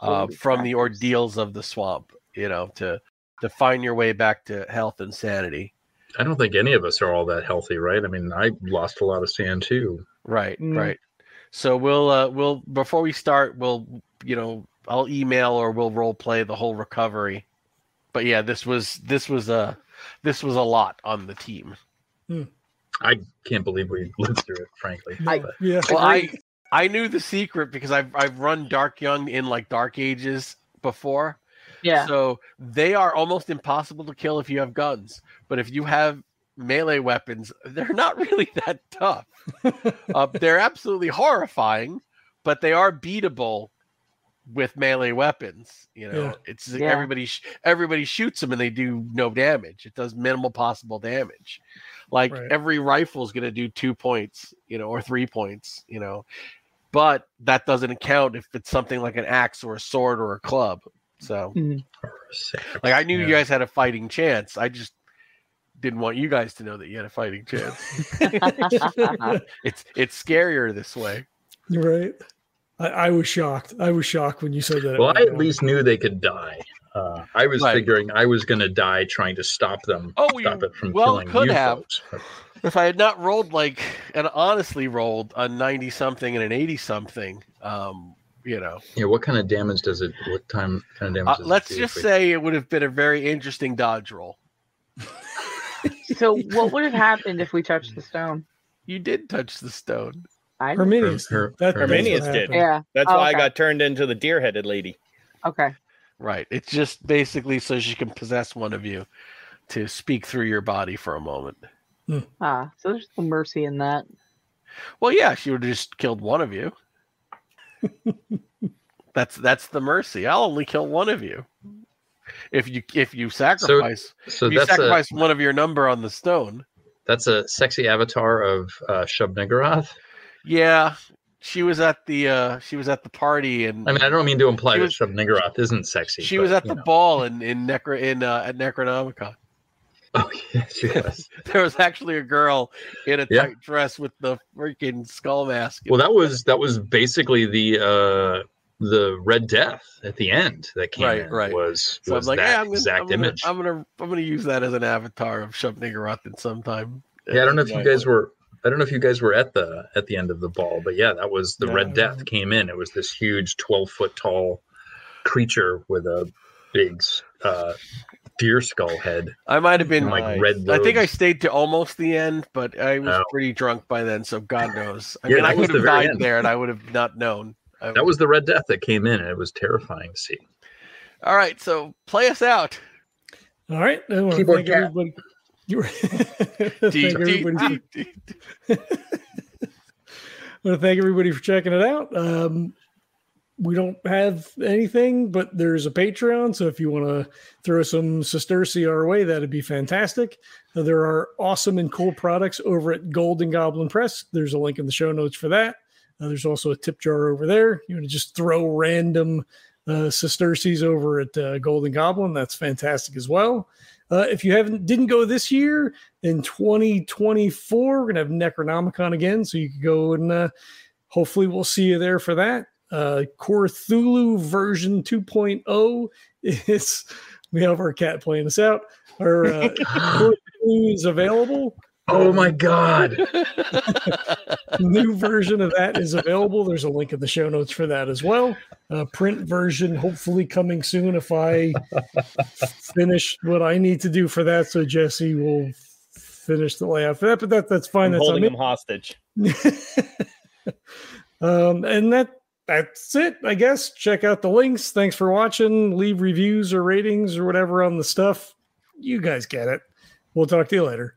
Speaker 1: uh,
Speaker 4: Holy
Speaker 1: from the
Speaker 4: crackers.
Speaker 1: ordeals of the swamp. You know, to to find your way back to health and sanity.
Speaker 2: I don't think any of us are all that healthy, right? I mean, I lost a lot of sand too.
Speaker 1: Right,
Speaker 4: Mm.
Speaker 1: right. So we'll uh, we'll before we start, we'll you know I'll email or we'll role play the whole recovery. But yeah, this was this was a this was a lot on the team.
Speaker 2: I can't believe we lived through it, frankly.
Speaker 4: I-
Speaker 2: but
Speaker 3: Yeah.
Speaker 1: Well, I I knew the secret because I've I've run Dark Young in like Dark Ages before.
Speaker 4: Yeah.
Speaker 1: So they are almost impossible to kill if you have guns, but if you have melee weapons, they're not really that tough. uh, they're absolutely horrifying, but they are beatable with melee weapons. You know,
Speaker 3: Yeah.
Speaker 1: it's
Speaker 4: Yeah.
Speaker 1: everybody sh- everybody shoots them and they do no damage. It does minimal possible damage. Like
Speaker 3: Right.
Speaker 1: every rifle is going to do two points, you know, or three points, you know. But that doesn't count if it's something like an axe or a sword or a club. So. Like I knew you
Speaker 2: Yeah.
Speaker 1: guys had a fighting chance. I just didn't want you guys to know that you had a fighting chance. it's it's scarier this way.
Speaker 3: right. I, I was shocked. I was shocked when you said that. it
Speaker 2: Well,
Speaker 3: went
Speaker 2: I at
Speaker 3: down.
Speaker 2: least knew they could die. Uh, I was
Speaker 1: Right.
Speaker 2: figuring I was going to die trying to stop them.
Speaker 1: Oh, you
Speaker 2: Stop it from
Speaker 1: well
Speaker 2: killing
Speaker 1: could
Speaker 2: you
Speaker 1: have.
Speaker 2: folks.
Speaker 1: If I had not rolled like and honestly rolled a ninety something and an eighty something, um, you know,
Speaker 2: Yeah, what kind of damage does it? What time kind of
Speaker 1: uh,
Speaker 2: damage? does
Speaker 1: let's
Speaker 2: it do
Speaker 1: just
Speaker 2: if we-
Speaker 1: say it would have been a very interesting dodge roll.
Speaker 4: So what would have happened if we touched the stone?
Speaker 1: You did touch the stone.
Speaker 4: I
Speaker 3: Herminius.
Speaker 2: Her-
Speaker 3: that- that's
Speaker 5: Herminius
Speaker 3: what
Speaker 5: did.
Speaker 3: happened.
Speaker 4: yeah.
Speaker 5: That's
Speaker 4: Oh,
Speaker 5: why
Speaker 4: okay.
Speaker 5: I got turned into the deer-headed lady.
Speaker 4: Okay.
Speaker 1: Right. It's just basically so she can possess one of you to speak through your body for a moment.
Speaker 4: Ah, so there's no mercy in that.
Speaker 1: Well, yeah, she would have just killed one of you. that's that's the mercy. I'll only kill one of you. If you if you sacrifice
Speaker 2: So
Speaker 1: if you
Speaker 2: that's a,
Speaker 1: sacrifice one of your number on the stone.
Speaker 2: that's a sexy avatar of uh, Shubnagaroth.
Speaker 1: Yeah, she was at the uh she was at the party and
Speaker 2: I mean, I don't mean to imply
Speaker 1: She
Speaker 2: that
Speaker 1: was-
Speaker 2: Shubnagaroth isn't sexy.
Speaker 1: she
Speaker 2: but,
Speaker 1: was at
Speaker 2: you
Speaker 1: the
Speaker 2: know.
Speaker 1: ball in in Necro in uh, at Necronomicon.
Speaker 2: Oh yes, she was.
Speaker 1: There was actually a girl in a
Speaker 2: Yeah.
Speaker 1: tight dress with the freaking skull mask.
Speaker 2: well, that was that was basically the uh, the Red Death at the end that came
Speaker 1: Right,
Speaker 2: in
Speaker 1: right.
Speaker 2: was
Speaker 1: so I'm
Speaker 2: was
Speaker 1: like,
Speaker 2: that
Speaker 1: yeah, I'm gonna,
Speaker 2: exact
Speaker 1: I'm gonna,
Speaker 2: image.
Speaker 1: I'm gonna I'm gonna use that as an avatar of Shub in sometime.
Speaker 2: yeah, I don't know if you
Speaker 5: Right.
Speaker 2: guys were. I don't know if you guys were at the at the end of the ball, but yeah, that was the
Speaker 3: No, I
Speaker 2: Red Death
Speaker 3: wasn't.
Speaker 2: came in. It was this huge, twelve foot tall creature with a big uh, deer skull head
Speaker 1: I might have been
Speaker 2: and like
Speaker 5: Nice.
Speaker 2: red.
Speaker 1: I think I
Speaker 2: lobes.
Speaker 1: stayed to almost the end, but I was
Speaker 2: Oh.
Speaker 1: pretty drunk by then, so God knows. I
Speaker 2: Yeah,
Speaker 1: mean,
Speaker 2: that
Speaker 1: I
Speaker 2: was
Speaker 1: would
Speaker 2: the
Speaker 1: have
Speaker 2: very
Speaker 1: died
Speaker 2: end.
Speaker 1: there, and I would have not known. I-
Speaker 2: that was the Red Death that came in, and it was terrifying to see.
Speaker 1: all right. So play us out.
Speaker 3: All right. I want to
Speaker 2: Keyboard
Speaker 3: thank
Speaker 2: cat.
Speaker 3: everybody. You were,
Speaker 1: D-
Speaker 3: thank
Speaker 1: D-
Speaker 3: everybody for
Speaker 1: D- D-
Speaker 3: I want to thank everybody for checking it out. Um, we don't have anything, but there's a Patreon. So if you want to throw some sesterci our way, that'd be fantastic. Uh, There are awesome and cool products over at Golden Goblin Press. There's a link in the show notes for that. Uh, there's also a tip jar over there. You want to just throw random uh, sesterces over at uh, Golden Goblin. That's fantastic as well. Uh, if you haven't didn't go this year in 2024, we're gonna have Necronomicon again, so you can go and uh, hopefully we'll see you there for that. Uh, Cthulhu version 2.0 is we have our cat playing us out. Our uh, Cthulhu is available.
Speaker 2: oh my god!
Speaker 3: New version of that is available. There's a link in the show notes for that as well. Uh, print version hopefully coming soon if I finish what I need to do for that. So Jesse will finish the layout for that, but that that's fine.
Speaker 5: I'm
Speaker 3: That's on
Speaker 5: holding
Speaker 3: me.
Speaker 5: him hostage.
Speaker 3: um, and that that's it, I guess. Check out the links. Thanks for watching. Leave reviews or ratings or whatever on the stuff. You guys get it. We'll talk to you later.